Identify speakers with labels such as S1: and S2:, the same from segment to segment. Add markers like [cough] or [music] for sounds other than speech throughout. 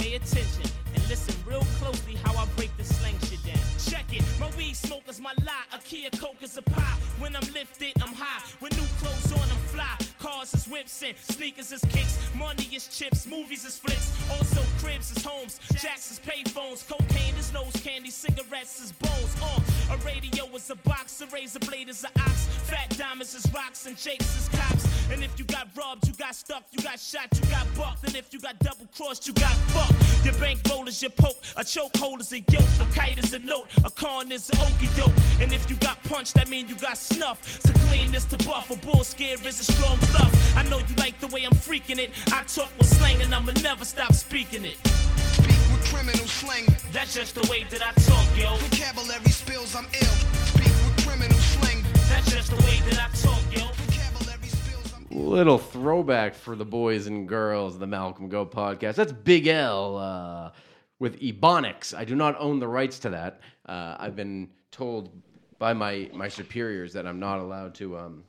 S1: attention and listen real closely how I break the slang shit down. Check it, my weed smoke is my lot. A Kia Coke is a pop. When I'm lifted, I'm high. With new clothes on, I'm fly. Cars is whips and sneakers is kicks. Money is chips, movies is flicks. Also cribs is homes, jacks is payphones, cocaine is nose candy, cigarettes is bones. Uh, a radio is a box, a razor blade is a ox. Fat diamonds is rocks and jakes is cops. And if you got robbed, you got stuck, you got shot, you got bucked. And if you got double crossed, you got fucked. Your bank roll is your poke, a choke hold is a yoke, a kite is a note, a con is an okey doke. And if you got punched, that mean you got snuff. So clean is to buff, a bull scare is a strong bluff. I know you like the way I'm freaking it. I talk with slang and I'ma never stop speaking it.
S2: Speak with criminal slang.
S1: That's just the way that I talk, yo.
S2: Vocabulary spills, I'm ill. Speak with criminal slang.
S1: That's just the way that I talk, yo.
S2: Vocabulary spills, I'm ill.
S3: Little throwback for the boys and girls, of the Malcolm Go podcast. That's Big L uh, with Ebonics. I do not own the rights to that. Uh, I've been told by my, my superiors that I'm not allowed to um,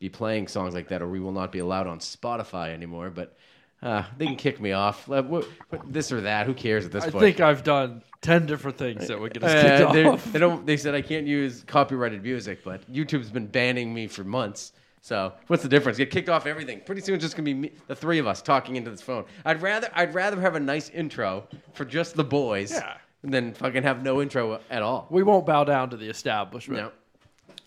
S3: be playing songs like that, or we will not be allowed on Spotify anymore. But uh, they can kick me off. Let- what- what- this or that. Who cares at this
S4: I
S3: point?
S4: think I've done ten different things that would get us kicked
S3: Uh, they're-
S4: off.
S3: they don't. They said I can't use copyrighted music, but YouTube's been banning me for months. So what's the difference? Get kicked off everything. Pretty soon it's just gonna be me, the three of us talking into this phone. I'd rather I'd rather have a nice intro for just the boys
S4: Yeah.
S3: than fucking have no intro at all.
S4: We won't bow down to the establishment.
S3: No.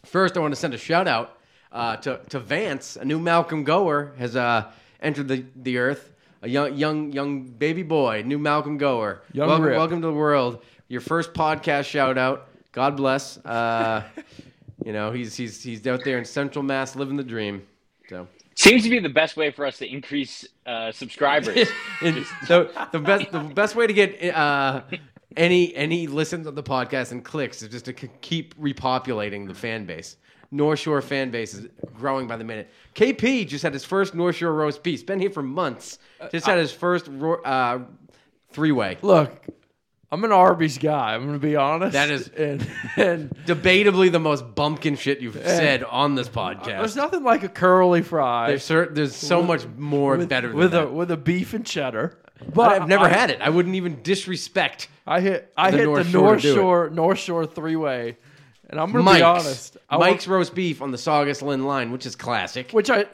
S3: First, I want to send a shout out uh, to to Vance, a new Malcolm Goer has uh, entered the, the earth. A young young young baby boy, new Malcolm Goer.
S4: Young
S3: welcome,
S4: rip.
S3: welcome to the world. Your first podcast shout out. God bless.
S4: [laughs]
S3: Uh, you know he's he's he's out there in Central Mass living the dream. So.
S5: Seems to be the best way for us to increase
S3: [laughs]
S5: uh, subscribers.
S3: And so the best the best way to get uh, any any listens of the podcast and clicks is just to c- keep repopulating the fan base. North Shore fan base is growing by the minute. KP just had his first North Shore roast piece. Been here for months.
S4: Uh,
S3: Just had his first ro- uh, three way.
S4: Look, I'm an Arby's guy. I'm going to be honest.
S3: That is-
S4: [laughs] and and
S3: Debatably the most bumpkin shit you've said on this
S4: there's
S3: podcast.
S4: nothing like a curly fry
S3: There's, cer- there's so much more
S4: Uh, with,
S3: better than
S4: with
S3: that.
S4: a with a beef and cheddar.
S3: but I've never
S4: I-
S3: had it. I wouldn't even disrespect
S4: I hit I
S3: the
S4: hit
S3: North
S4: the
S3: Shore to
S4: North
S3: do it.
S4: Shore North Shore three way, and I'm going to
S3: Mike's,
S4: be honest. I wa-
S3: Mike's roast beef on the Saugus Lynn line, which is classic.
S4: which I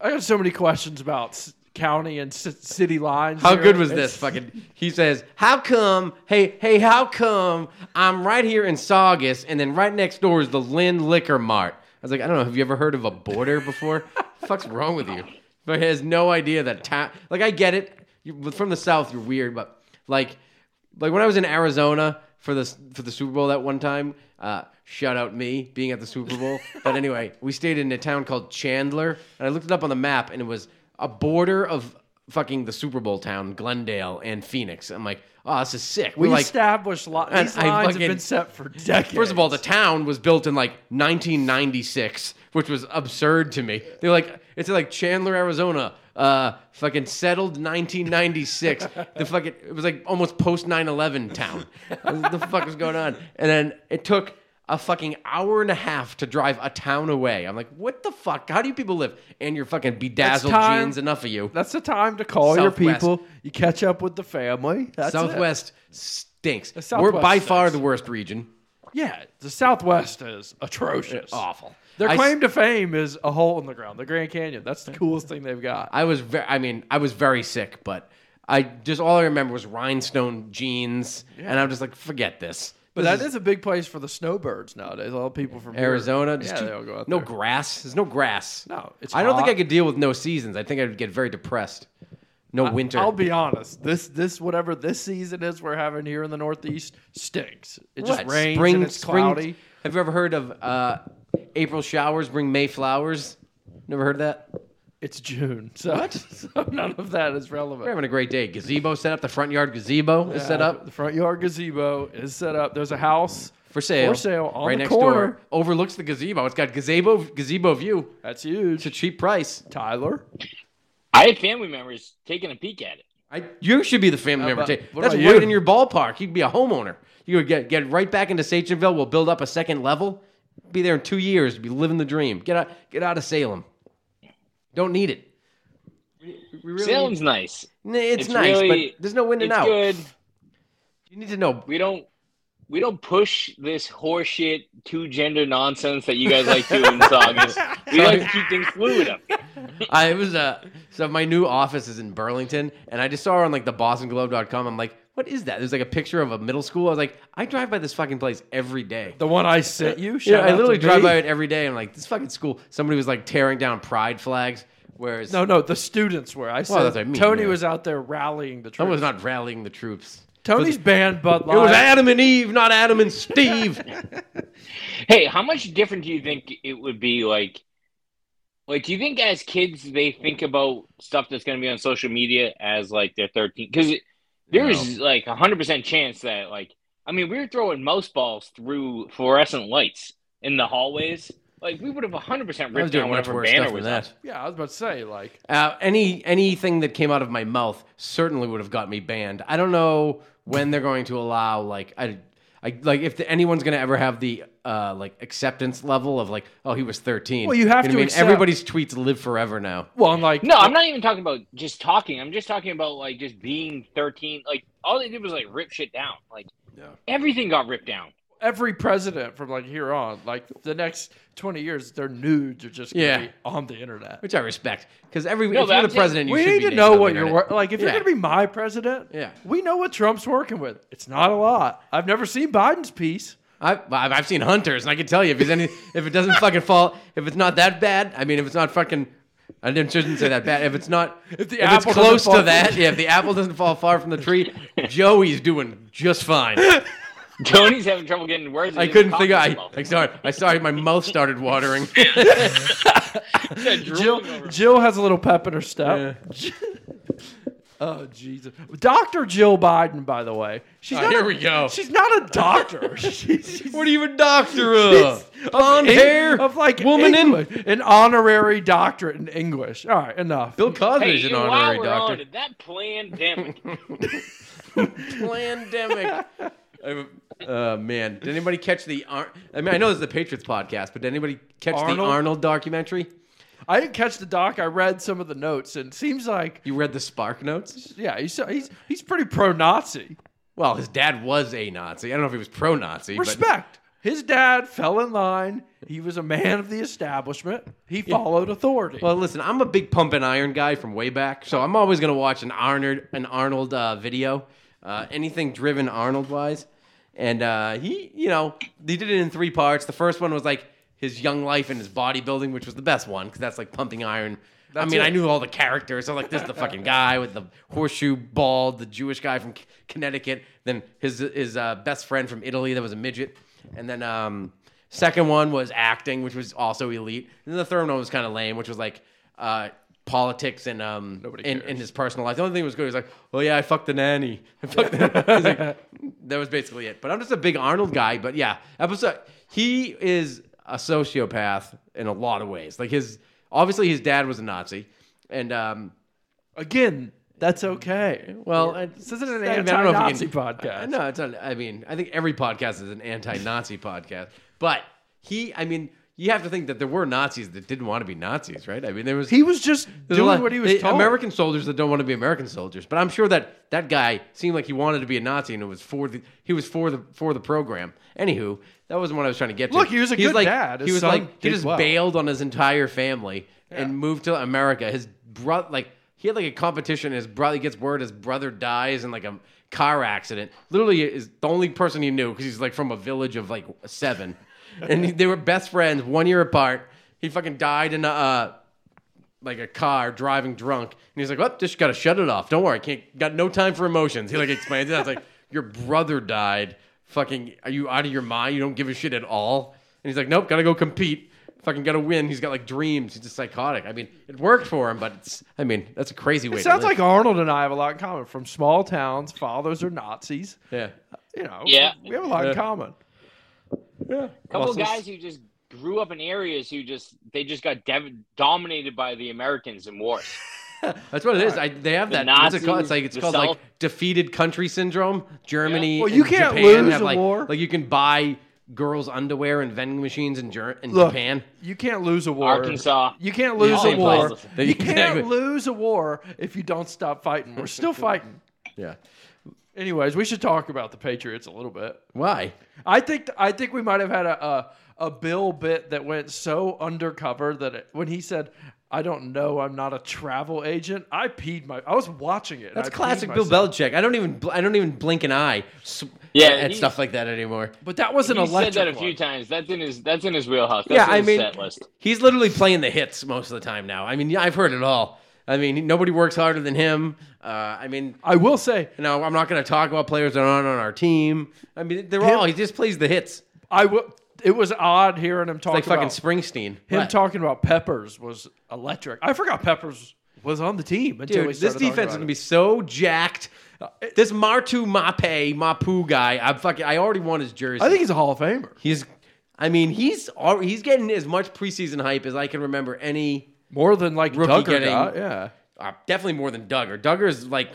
S4: I got so many questions about s- county and c- city lines.
S3: How
S4: here.
S3: good was
S4: It's-
S3: this? Fucking, he says, "How come? Hey, hey, how come? I'm right here in Saugus, and then right next door is the Lynn Liquor Mart." I was like, "I don't know. Have you ever heard of a border before? fuck's wrong with you?" But he has no idea that town. Like, I get it. You, from the south, you're weird, but like, like when I was in Arizona for this for the Super Bowl that one time. Uh, shout out me being at the Super Bowl. but anyway, we stayed in a town called Chandler, and I looked it up on the map, and it was a border of fucking the Super Bowl town, Glendale and Phoenix. I'm like, oh, this is sick.
S4: We
S3: We're like,
S4: established lot.
S3: And
S4: These
S3: I
S4: lines
S3: fucking-
S4: have been set for decades.
S3: First of all, the town was built in like 1996, which was absurd to me. They're like, it's like Chandler, Arizona, uh, fucking settled 1996. the fucking, it was like almost post 9 11 town. what the fuck was going on? And then it took a fucking hour and a half to drive a town away. I'm like, what the fuck? How do you people live? And your fucking bedazzled
S4: time.
S3: jeans, enough of you.
S4: that's the time to call your
S3: Southwest.
S4: people. You catch up with the family. That's it.
S3: Southwest stinks.
S4: Southwest
S3: We're by far
S4: stinks.
S3: the worst region.
S4: Yeah, the Southwest is atrocious.
S3: Awful.
S4: Their
S3: I s-
S4: claim to fame is a hole in the ground, the Grand Canyon. That's the coolest thing they've got.
S3: I was very, I mean, I was very sick, but I just all I remember was rhinestone jeans, and I'm just like, forget this.
S4: But
S3: This
S4: that is a big place for the snowbirds nowadays. A lot of people from here-
S3: Arizona. Just
S4: yeah,
S3: too-
S4: they all go out
S3: no
S4: there.
S3: grass. There's no grass.
S4: No, it's
S3: I don't think
S4: hot.
S3: I could deal with no seasons. I think I'd get very depressed. No winter.
S4: I'll be honest. This this whatever this season is we're having here in the Northeast stinks. It just
S3: What?
S4: rains
S3: Spring-
S4: and it's
S3: spring-
S4: cloudy.
S3: Have you ever heard of uh, April showers bring May flowers? Never heard of that.
S4: It's June, so, [laughs] so none of that is
S3: We're
S4: relevant.
S3: having a great day. Gazebo set up. The front yard gazebo is set
S4: Yeah,
S3: up
S4: The front yard gazebo is set up. There's a house
S3: for sale.
S4: For sale on
S3: right
S4: the
S3: next
S4: corner.
S3: door. Overlooks the gazebo. It's got gazebo gazebo view.
S4: That's
S3: It's a
S4: huge.
S3: cheap price.
S4: Tyler,
S5: I had family members taking a peek at it.
S3: I, you should be the family member.
S4: about-
S3: Take,
S4: what
S3: that's
S4: about you?
S3: right in your ballpark. You'd be a homeowner. You would get get right back into Sachinville. We'll build up a second level. Be there in two years. Be living the dream. Get out. Get out of Salem. Don't need it. We really-
S5: Salem's nice.
S3: N- it's,
S5: it's
S3: nice,
S5: really-
S3: but there's no winning
S5: It's
S3: out.
S5: good.
S3: You need to know.
S5: We don't we don't push this horseshit two gender nonsense that you guys like to
S3: [laughs]
S5: in Saugus. We like to keep things fluid up. there.
S3: I was uh, so my new office is in Burlington, and I just saw her on like the BostonGlobe.com. I'm like, what is that? There's like a picture of a middle school. I was like, I drive by this fucking place every day.
S4: The one I sent you.
S3: Yeah,
S4: Shout
S3: I
S4: out
S3: literally
S4: to
S3: drive
S4: me.
S3: by it every day. I'm like, this fucking school. Somebody was like tearing down pride flags, whereas
S4: No, no, the students were. I said
S3: that's what I mean,
S4: Tony
S3: yeah.
S4: was out there rallying the troops.
S3: someone was not rallying the troops.
S4: Tony's banned Bud Light.
S3: It was Adam and Eve, not Adam and
S5: [laughs]
S3: Steve.
S5: Hey, how much different do you think it would be like like do you think as kids they think about stuff that's going to be on social media as like they're 13 cuz there's like a 100% chance that like I mean, we were throwing mouse balls through fluorescent lights in the hallways. Like we would have 100%
S3: I was
S5: ripped
S3: doing much
S5: down whatever
S3: worse
S5: banner
S3: stuff than
S5: was up.
S3: that.
S4: Yeah, I was about to say like
S3: Uh, any anything that came out of my mouth certainly would have got me banned. I don't know when they're going to allow like I, I like if anyone's going to ever have the uh, like acceptance level of like oh he was thirteen.
S4: Well, you have
S3: know
S4: to
S3: what I mean?
S4: accept-
S3: everybody's tweets live forever now.
S4: well, I'm like
S5: No, I'm not even talking about just talking. I'm just talking about like just being 13. Like all they did was like rip shit down. Like everything got ripped down. [laughs]
S4: every president from like here on, like the next 20 years, their nudes are just gonna
S3: Yeah.
S4: be on the internet.
S3: Which I respect because every
S5: No,
S3: if
S5: but
S3: you're
S5: I'm
S3: the
S5: saying-
S3: president, you
S4: we
S3: should
S4: need
S3: be
S4: to
S3: naked
S4: know
S3: on
S4: what
S3: the
S4: you're
S3: internet.
S4: wor- like. If
S3: Yeah.
S4: you're gonna be my president,
S3: Yeah.
S4: we know what Trump's working with. It's not a lot. I've never seen Biden's piece.
S3: I've, I've I've seen hunters, and I can tell you if he's any if it doesn't fucking fall if it's not that bad. I mean, if it's not fucking. I didn't- shouldn't say that bad. If it's not, [laughs] if,
S4: the
S3: it's
S4: apple doesn't
S3: close to
S4: fall-
S3: that, yeah, if the apple doesn't fall far from the tree, Joey's doing just fine. [laughs]
S5: Tony's having trouble getting words.
S3: I couldn't figure. I, I sorry, I sorry, my mouth started watering. [laughs]
S4: Jill, Jill has a little pep in her step. [laughs] oh Jesus, Doctor Jill Biden, by the way, she's
S3: Ah,
S4: not
S3: here
S4: a-
S3: we go.
S4: She's not a
S3: [laughs]
S4: doctor. she's, she's
S3: what are you a doctor of? Blonde
S4: Eng-
S3: hair
S4: of like
S3: woman in-
S4: English, an honorary doctorate in English. All right, enough.
S3: Bill Cosby's
S5: Hey,
S3: an
S5: and while
S3: honorary
S5: we're on
S3: doctor.
S5: it, that
S3: [laughs]
S5: pandemic.
S3: Pandemic. Uh, man, did anybody catch the? Ar- I mean, I know this is the Patriots podcast, but did anybody catch the
S4: Arnold?
S3: Arnold documentary?
S4: I didn't catch the doc. I read some of the notes, and it seems like
S3: You read the Spark Notes?
S4: yeah, he's he's he's pretty pro-Nazi.
S3: Well, his dad was a Nazi. I don't know if he was pro-Nazi. but-
S4: Respect. His dad fell in line. He was a man of the establishment. He followed authority.
S3: Well, listen, I'm a big pump and iron guy from way back, so I'm always gonna watch an Arnold an Arnold uh, video, uh, anything driven Arnold wise, and uh, he, you know, they did it in three parts. The first one was like his young life and his bodybuilding, which was the best one because that's like pumping iron. I
S4: That's
S3: mean,
S4: it.
S3: I knew all the characters. So like, this is the fucking guy with the horseshoe bald, the Jewish guy from K- Connecticut, then his his uh, best friend from Italy that was a midget, and then um, second one was acting, which was also elite, and then the third one was kind of lame, which was like uh, politics and um in, in his personal life. The only thing that was good was like, oh yeah, I fucked the nanny. I fucked the nanny. It's like, "Mm, that was basically it. But I'm just a big Arnold guy. But yeah, episode he is a sociopath in a lot of ways. Like his obviously his dad was a Nazi, and um
S4: Again, that's okay.
S3: well I-
S4: This isn't an
S3: I mean, I don't know if
S4: anti-Nazi
S3: you can- I-
S4: podcast.
S3: No, it's not. I mean, I think every podcast is an anti-Nazi podcast. But he, I mean, you have to think that there were Nazis that didn't want to be Nazis, right? I mean, there was
S4: He was just
S3: There's a
S4: doing
S3: lot-
S4: what he was
S3: they-
S4: told.
S3: American soldiers that don't want to be American soldiers, but I'm sure that that guy seemed like he wanted to be a Nazi and it was for the he was for the for the program. Anywho, that wasn't what I was trying to get to.
S4: Look, he was a
S3: He's
S4: good
S3: like,
S4: dad.
S3: he
S4: His
S3: was
S4: son
S3: like he
S4: did
S3: just
S4: well.
S3: bailed on his entire family and moved to America. His brother, like he had like a competition. His brother he gets word his brother dies in like a car accident. Literally, is the only person he knew because he's like from a village of like seven, and he- they were best friends one year apart. He fucking died in a. Uh, like a car driving drunk, and he's like, "Well, just gotta shut it off. Don't worry, can't got no time for emotions." He like explains it. I was like, [laughs] "Your brother died. Fucking, are you out of your mind? You don't give a shit at all." And he's like, "Nope, gotta go compete. Fucking gotta win." He's got like dreams. He's just psychotic. I mean, it worked for him, but it's, I mean, that's a crazy way.
S4: It sounds
S3: to live.
S4: like Arnold and I have a lot in common. From small towns, fathers are Nazis.
S3: yeah.
S4: You know,
S5: Yeah.
S4: we have a lot
S3: Yeah.
S4: in common.
S5: couple
S3: Muscles.
S5: guys who just grew up in areas who just they just got dev- dominated by the Americans in wars.
S3: That's what it is. I, they have
S5: The
S3: that. What's it
S5: Nazis,
S3: called? It's like it's
S5: the
S3: called
S5: South.
S3: like defeated country syndrome. Germany.
S4: Well, you
S3: and
S4: can't
S3: Japan
S4: lose
S3: have
S4: a
S3: like,
S4: war.
S3: Like you can buy girls' underwear and vending machines in, Jer- in
S4: Look,
S3: Japan?
S4: you can't lose a war.
S5: Arkansas.
S4: You can't lose a
S5: same
S4: war.
S5: place.
S4: You
S3: Exactly.
S4: can't lose a war if you don't stop fighting. We're still fighting.
S3: Yeah.
S4: Anyways, we should talk about the Patriots a little bit.
S3: Why?
S4: I think I think we might have had a a, a Bill bit that went so undercover that it, when he said, "I don't know, I'm not a travel agent," I peed my. I was watching it. and
S3: That's
S4: I peed
S3: classic Bill
S4: myself.
S3: Belichick. I don't even bl- I don't even blink an eye. s-
S5: Yeah,
S3: at
S5: he-
S3: stuff like that anymore.
S4: But that was an
S5: He
S4: electric
S5: said that a few
S4: one.
S5: times. That's in his. That's in his wheelhouse. That's
S3: Yeah,
S5: in
S3: I
S5: his
S3: mean,
S5: set list.
S3: he's literally playing the hits most of the time now. I mean, yeah, I've heard it all. I mean, nobody works harder than him. Uh, I mean,
S4: I will say,
S3: you know, I'm not going to talk about players that aren't on our team. I mean, they're all he just plays the hits,
S4: I will. It was odd hearing him talk
S3: like fucking
S4: about
S3: Springsteen.
S4: him
S3: What?
S4: talking about Peppers was electric. I forgot Peppers was on the team until
S3: Dude,
S4: we
S3: this
S4: started talking
S3: defense is
S4: about
S3: gonna
S4: it.
S3: be so jacked. Uh, This Martu Mape Mapu guy, I'm fucking. I already want his jersey.
S4: I think he's a Hall of Famer.
S3: he's. I mean, he's al- he's getting as much preseason hype as I can remember. Any
S4: More than like
S3: Rookie
S4: Tucker
S3: getting-
S4: got, yeah.
S3: uh, definitely more than Duggar. Duggar's like,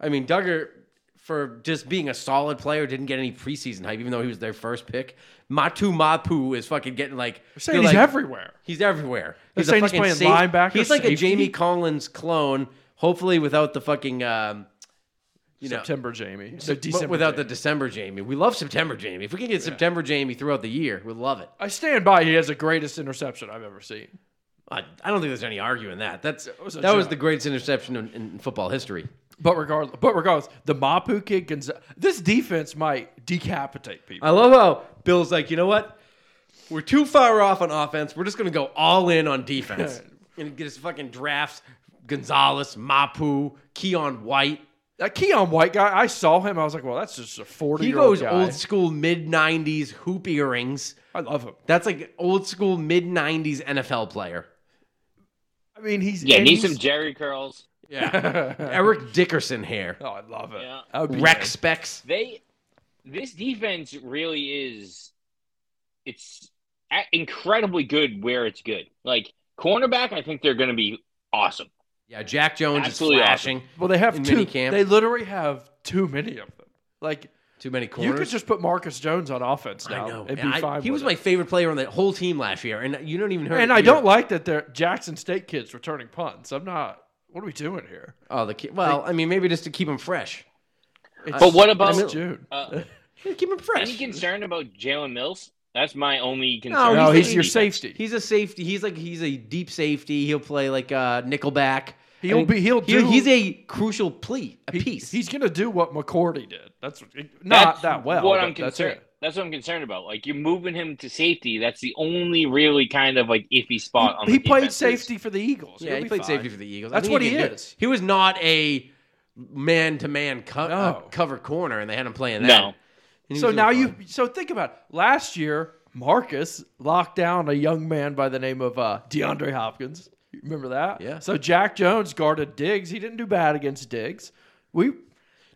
S3: I mean, Duggar for just being a solid player didn't get any preseason hype, even though he was their first pick. Matu Mapu is fucking getting like
S4: Saying
S3: they're like-
S4: he's everywhere.
S3: He's everywhere. He's
S4: saying he's playing linebacker,
S3: He's like a
S4: safety.
S3: Jamie Collins clone. Hopefully, without the fucking. Um, you know,
S4: September Jamie. So
S3: but
S4: December
S3: without
S4: Jamie.
S3: the December Jamie. We love September Jamie. If we can get September Jamie throughout the year, we love it.
S4: I stand by. He has the greatest interception I've ever seen.
S3: I, I don't think there's any arguing that. That's
S4: was a
S3: that was
S4: joke.
S3: the greatest interception in, in football history.
S4: But regardless, but regardless, the Mapu kid Gonzalez. This defense might decapitate people.
S3: I love how Bill's like, you know what? We're too far off on offense. We're just going to go all in on
S4: [laughs]
S3: defense. and get his fucking drafts Gonzalez, Mapu, Keon White.
S4: that Keon White guy, I saw him. I was like, well, that's just a forty.
S3: He
S4: year old
S3: goes
S4: guy.
S3: old school mid 90s hoop earrings.
S4: I love him.
S3: That's like old school mid 90s NFL player.
S4: I mean, he's
S5: Yeah,
S4: and
S5: need some
S4: he's-
S5: Jerry curls.
S3: [laughs]
S4: oh,
S3: Eric Dickerson hair.
S4: I love it.
S5: Yeah.
S4: I would be
S3: Rex specs.
S5: They, this defense really is, it's a- incredibly good where it's good. Like cornerback, I think they're going to be awesome.
S3: Yeah, Jack Jones
S5: Absolutely
S3: is flashing.
S4: there. Well, they have
S3: In
S4: two.
S3: minicamp.
S4: They literally have too many of them. Like
S3: Too many
S4: you could
S3: corners.
S4: just put Marcus Jones on offense now.
S3: I know.
S4: It'd be
S3: And I-
S4: fine.
S3: he
S4: with
S3: was my
S4: it.
S3: favorite player on that whole team last year, and you don't even hear.
S4: And I don't like that they're Jackson State kids returning punts. I'm not. What are we doing here?
S3: Oh, the kid. Well, I mean, maybe just to keep him fresh.
S4: It's,
S5: But what about-
S4: it's June?
S5: Uh,
S3: Yeah, keep him
S5: any
S3: fresh.
S5: concern about Jalen Mills? That's my only concern.
S4: No,
S3: he's
S4: Oh, he's,
S3: the-
S4: your
S5: defense.
S4: safety.
S3: He's a safety. He's like he's a deep safety. He'll play like uh, nickelback.
S4: He'll be- he'll do-
S3: he's a crucial plea, a
S4: He-
S3: piece.
S4: He's gonna do what McCourty did. That's not
S5: That's
S4: that well.
S5: What
S4: but
S5: I'm
S4: that's
S5: concerned.
S4: it.
S5: That's what I'm concerned about. Like you're moving him to safety. That's the only really kind of like iffy spot on.
S4: He
S5: the
S4: played
S5: defense.
S4: safety for the Eagles.
S3: yeah,
S4: He'll
S3: he
S4: be
S3: played
S4: fine.
S3: safety for the Eagles. I
S4: That's
S3: think
S4: what
S3: he
S4: he
S3: can do-
S4: is.
S3: He was not a man-to-man co- uh,
S4: No.
S3: cover corner, and they had him playing that.
S5: No.
S3: And he
S4: So
S3: was doing
S4: now
S3: fine.
S4: you. So think about it. last year. Marcus locked down a young man by the name of uh, DeAndre Hopkins. You Remember that?
S3: Yeah.
S4: So Jack Jones guarded Diggs. He didn't do bad against Diggs. We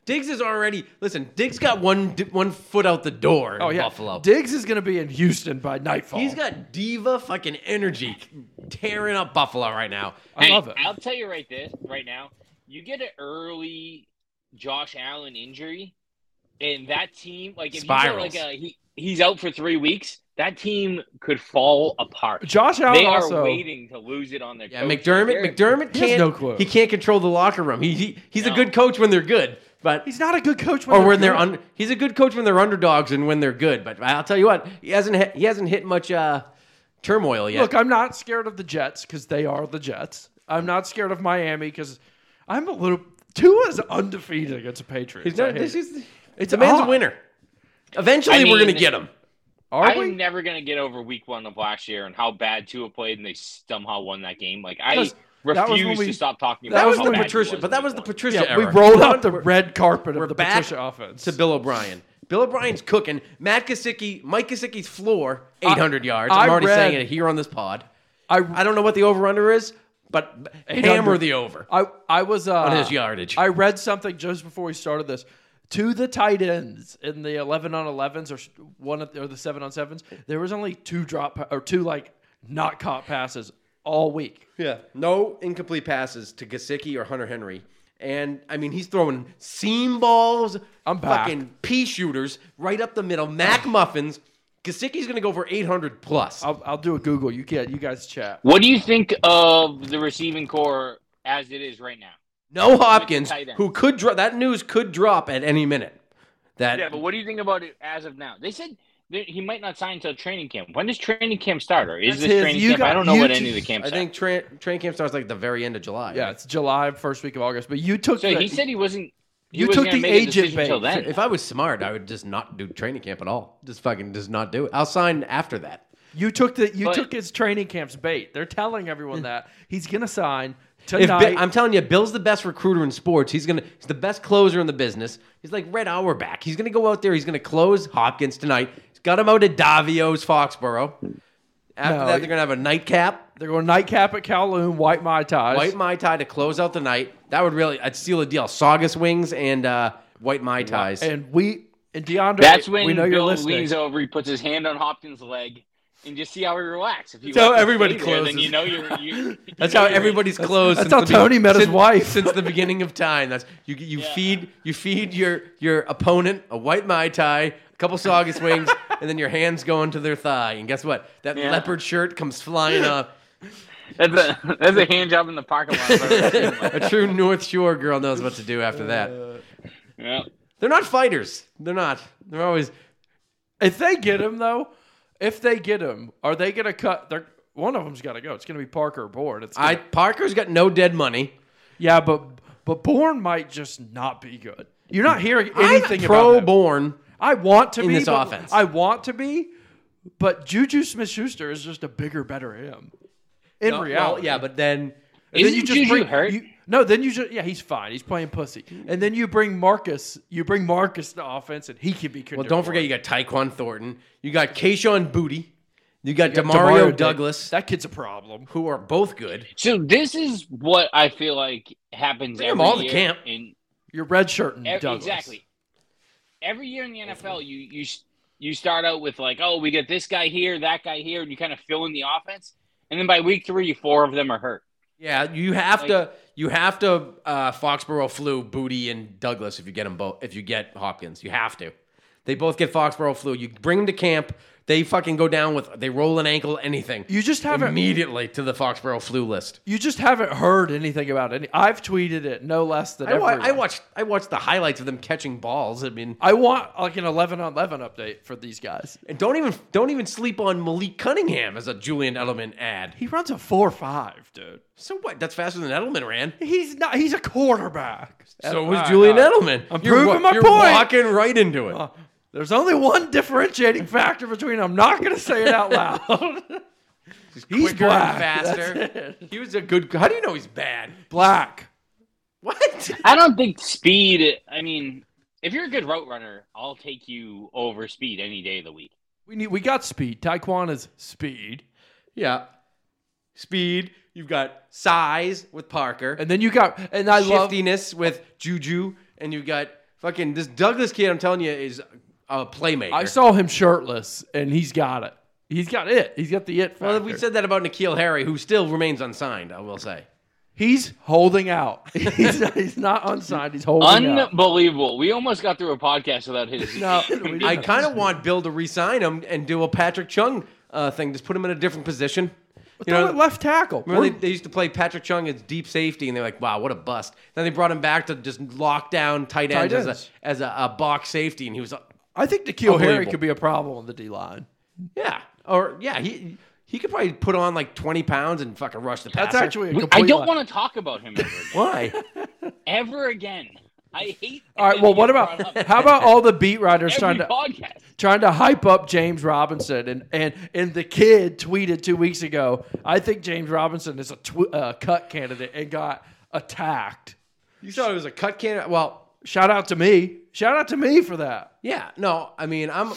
S3: Diggs is already listen. Diggs got one di- one foot out the door. In
S4: oh yeah.
S3: Buffalo.
S4: Diggs is going to be in Houston by nightfall.
S3: He's got diva fucking energy, tearing up Buffalo right now.
S4: I love it.
S5: I'll tell you right this right now. You get an early Josh Allen injury, and that team like if
S3: Spirals.
S5: you get like a he, he's out for three weeks. That team could fall apart.
S4: Josh Allen
S5: they are
S4: also-
S5: waiting to lose it on their.
S3: Yeah,
S5: coach.
S3: McDermott.
S5: They're-
S3: McDermott
S4: He has
S3: can't.
S4: no clue.
S3: He can't control the locker room. He, he he's a
S5: No.
S3: good coach when they're good, but
S4: He's not a good coach. When
S3: or when they're
S4: good.
S3: under. He's a good coach when they're underdogs and when they're good. But I'll tell you what, he hasn't hit- he hasn't hit much uh, turmoil yet.
S4: Look, I'm not scared of the Jets because they are the Jets. I'm not scared of Miami because I'm a little. Tua's undefeated against the Patriots.
S3: he's not,
S4: I hate
S3: this
S4: it.
S3: is,
S4: it's
S3: the man's a
S4: odd.
S3: winner. Eventually,
S5: I
S3: we're
S5: mean-
S3: gonna get him.
S4: Are
S5: I'm
S4: we?
S5: never gonna get over Week One of last year and how bad Tua played, and they somehow won that game. Like I
S4: Because that was when
S5: refuse
S4: we-
S5: to stop talking about
S3: That was
S5: how
S3: the
S5: bad he
S3: Patricia,
S5: was
S3: but
S5: in
S3: that
S5: week
S3: was the
S5: one.
S3: Patricia
S4: yeah, we
S3: era.
S4: rolled
S3: Now
S4: out the
S3: we're-
S4: red carpet
S3: We're
S4: of the
S3: back
S4: Patricia offense.
S3: to Bill O'Brien. Bill O'Brien's cooking. Matt Kasicki, Mike Kasicki's floor, 800 yards. I'm
S4: I
S3: already
S4: read-
S3: saying it here on this pod.
S4: I,
S3: I don't know what the over under is, but b-
S4: 800.
S3: hammer the over
S4: I, I was uh,
S3: on his yardage.
S4: I read something just before we started this. To the tight ends in the eleven on elevens or s- one of, or the seven on sevens, there was only two drop pa- or two like not caught passes all week.
S3: yeah. No incomplete passes to Kasicki or Hunter Henry. And I mean, he's throwing seam balls,
S4: I'm back.
S3: fucking pea shooters right up the middle, Mac muffins. Gasicki's going to go for 800 plus.
S4: I'll, I'll do a Google. You get you guys chat.
S5: What do you think of the receiving core as it is right now?
S3: no Hopkins,
S5: tight end.
S3: who could drop that news could drop at any minute. That
S5: Yeah, but what do you think about it as of now? They said that he might not sign until training camp. When does training camp start? Or is
S4: That's
S5: this
S4: his-
S5: training
S4: you
S5: camp?
S4: got-
S5: I don't know
S4: you
S5: what
S4: ju-
S5: any of the camps
S3: I think tra- train camp starts like the very end of July.
S4: Yeah, it's July first week of August. But you took
S5: So
S4: the,
S5: he said he wasn't. He
S4: You
S5: wasn't
S4: took
S5: gonna
S4: the
S5: make a
S4: agent
S5: decision
S4: bait.
S5: until then.
S3: If I was smart, I would just not do training camp at all. Just fucking just not do it. I'll sign after that.
S4: you took the you
S5: But-
S4: took his training camp's bait. They're telling everyone that he's gonna sign
S3: If
S4: tonight.
S3: Bi- I'm telling you, Bill's the best recruiter in sports. He's gonna he's the best closer in the business. He's like Red Auerbach. He's gonna go out there. He's gonna close Hopkins tonight. He's got him out at Davio's Foxborough. After
S4: No,
S3: that,
S4: he-
S3: they're gonna have a nightcap,
S4: They're going nightcap at Kowloon, white mai tais.
S3: white mai tai to close out the night. That would really I'd seal a deal. Saugus wings and uh, white mai tais.
S4: and we and DeAndre.
S5: That's when
S4: we know you're
S5: Bill
S4: listening.
S5: leans over, he puts his hand on Hopkins' leg, and just see how he relaxes. If he
S3: That's how
S5: lets it
S3: everybody
S5: stay there, then
S3: closes.
S5: you know
S3: [laughs]
S5: you're. You, you
S3: That's
S5: know
S3: how
S5: you're in.
S3: everybody's closed.
S4: that's
S3: since
S4: how
S3: the be-
S4: Tony met his
S3: since-
S4: wife.
S3: since the beginning of time. That's you. You feed you feed your your opponent a white mai tai, a couple saugus wings, and then your hands go into their thigh. And guess what? That
S5: Yeah.
S3: leopard shirt comes flying up.
S5: That's a that's a hand job in the
S3: [laughs]
S5: parking lot. if I've ever seen one.
S3: a true North Shore girl knows what to do after that.
S5: yeah.
S3: They're not fighters. They're not. They're always.
S4: If they get him though, if they get him, are they gonna cut? They're one of them's got to go. It's gonna be Parker or Bourne. It's
S3: I
S4: gonna,
S3: Parker's got no dead money.
S4: yeah, but but Bourne might just not be good. You're not hearing
S3: Anything
S4: anything
S3: I'm pro
S4: about him.
S3: born.
S4: I want to
S3: in
S4: be
S3: this
S4: but-
S3: offense.
S4: I want to be, but Juju Smith-Schuster is just a bigger, better him. In
S3: No, well,
S4: reality,
S3: yeah, but then
S4: And
S5: Isn't Juju hurt?
S4: you- no, then you just yeah, he's fine. He's playing pussy. And then you bring Marcus, you bring Marcus to offense, and he can be.
S3: Well, don't forget you got Tyquan Thornton. You got Kayshawn Booty. You got,
S4: got
S3: Demario,
S4: Demario
S3: Douglas,
S4: That kid's a problem.
S3: who are both good.
S5: So this is what I feel like happens
S3: Bring 'em
S5: every
S3: all to
S5: year.
S3: camp. Mm,
S5: In,
S4: You're redshirting
S5: ev-
S4: Douglas.
S5: exactly. Every year in the NFL, you you s- you start out with like, oh, we got this guy here, that guy here, and you kind of fill in the offense, and then by week three, four of them are hurt.
S3: Yeah, you have
S5: Like-
S3: to. You have to. Uh, Foxborough flu Booty and Douglas if you get them both. If you get Hopkins, you have to. They both get Foxborough flu. You bring them to camp. They fucking go down with. They roll an ankle. Anything.
S4: You just haven't
S3: immediately to the Foxborough flu list.
S4: you just haven't heard anything about any. I've tweeted it no less than
S3: I, wa-
S4: everyone.
S3: I watched. I watched the highlights of them catching balls. I mean,
S4: I want like an eleven on eleven update for these guys.
S3: and don't even don't even sleep on Malik Cunningham as a Julian Edelman ad.
S4: He runs a four five, dude.
S3: So what? That's faster than Edelman ran.
S4: He's not. He's a quarterback.
S3: So was
S4: All right,
S3: Julian
S4: all right.
S3: Edelman.
S4: I'm
S3: You're
S4: proving my
S3: you're
S4: point.
S3: Walking right into it.
S4: Uh, there's only one differentiating factor between. them. I'm not going to say it out
S3: [laughs]
S4: loud. he's
S3: quicker
S4: black.
S3: and
S4: That's
S3: faster.
S4: it.
S3: He was a good. How do you know he's bad?
S4: Black.
S3: What?
S5: I don't think speed. I mean, if you're a good route runner, I'll take you over speed any day of the week.
S4: We need. We got speed. Taekwon is speed,
S3: Yeah. Speed. You've got size with Parker.
S4: and then you got. And I love.
S3: shiftiness with Juju, and you've got fucking this Douglas kid. I'm telling you is a playmaker.
S4: I saw him shirtless, and he's got it. He's got it. He's got the it factor.
S3: Well, we said that about Nikhil Harry, who still remains unsigned. I will say.
S4: he's holding out. [laughs] he's, he's not unsigned. He's holding out.
S5: Unbelievable. We almost got through a podcast without his.
S4: [laughs] No, we
S3: I
S4: didn't.
S3: kind of want Bill to re-sign him and do a Patrick Chung uh, thing. Just put him in a different position. You
S4: Throw
S3: know,
S4: it left tackle.
S3: Remember
S4: We're-
S3: they, they used to play Patrick Chung as deep safety, and they're like, "Wow, what a bust." Then they brought him back to just lock down tight ends,
S4: Tight
S3: as
S4: ends.
S3: a as a, a box safety, and he was, uh,
S4: I think Nikhil Harry
S3: Unbelievable.
S4: could be a problem on the D line.
S3: yeah, or yeah, he he could probably put on like twenty pounds and fucking rush the passer.
S4: That's actually a
S5: We-
S4: complete
S5: I don't
S4: line.
S5: want to talk about him ever again.
S4: [laughs]
S3: why.
S5: ever again. I hate.
S4: All right.
S5: that
S4: Well,
S5: he
S4: what
S5: gets
S4: about
S5: brought up
S4: how about all the beat writers
S5: every
S4: trying to
S5: podcast?
S4: trying to hype up James Robinson and and and the kid tweeted two weeks ago. I think James Robinson is a tw- uh, cut candidate and got attacked.
S3: You thought it was a cut can? Well,
S4: Shout out to me. Shout out to me for that.
S3: yeah, no, I mean, I'm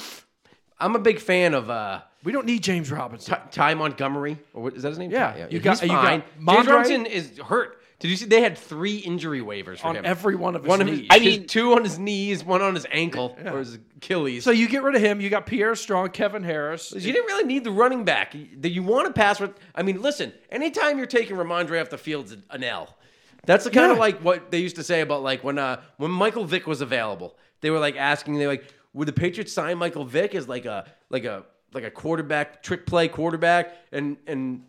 S3: I'm a big fan of uh,
S4: We don't need James Robinson.
S3: Ty- Ty Montgomery, or what, is that his name?
S4: Yeah,
S3: Ty,
S4: you got-
S3: he's
S4: you got
S3: fine. James
S4: Mondre.
S3: Robinson is hurt. Did you see? They had three injury waivers for
S4: On
S3: him.
S4: every one of his
S3: one of his,
S4: knees.
S5: I
S3: his
S5: mean-
S3: two on his knees, one on his ankle or his Achilles.
S4: so you get rid of him. You got Pierre Strong, Kevin Harris.
S3: You didn't really need the running back. You- That you want to pass with. I mean, listen. Anytime you're taking Ramondre off the field's an L. That's the kind of
S4: Yeah.
S3: like what they used to say about like when uh when Michael Vick was available. They were like asking. They were like, would the Patriots sign Michael Vick as like a like a like a quarterback trick play quarterback, and and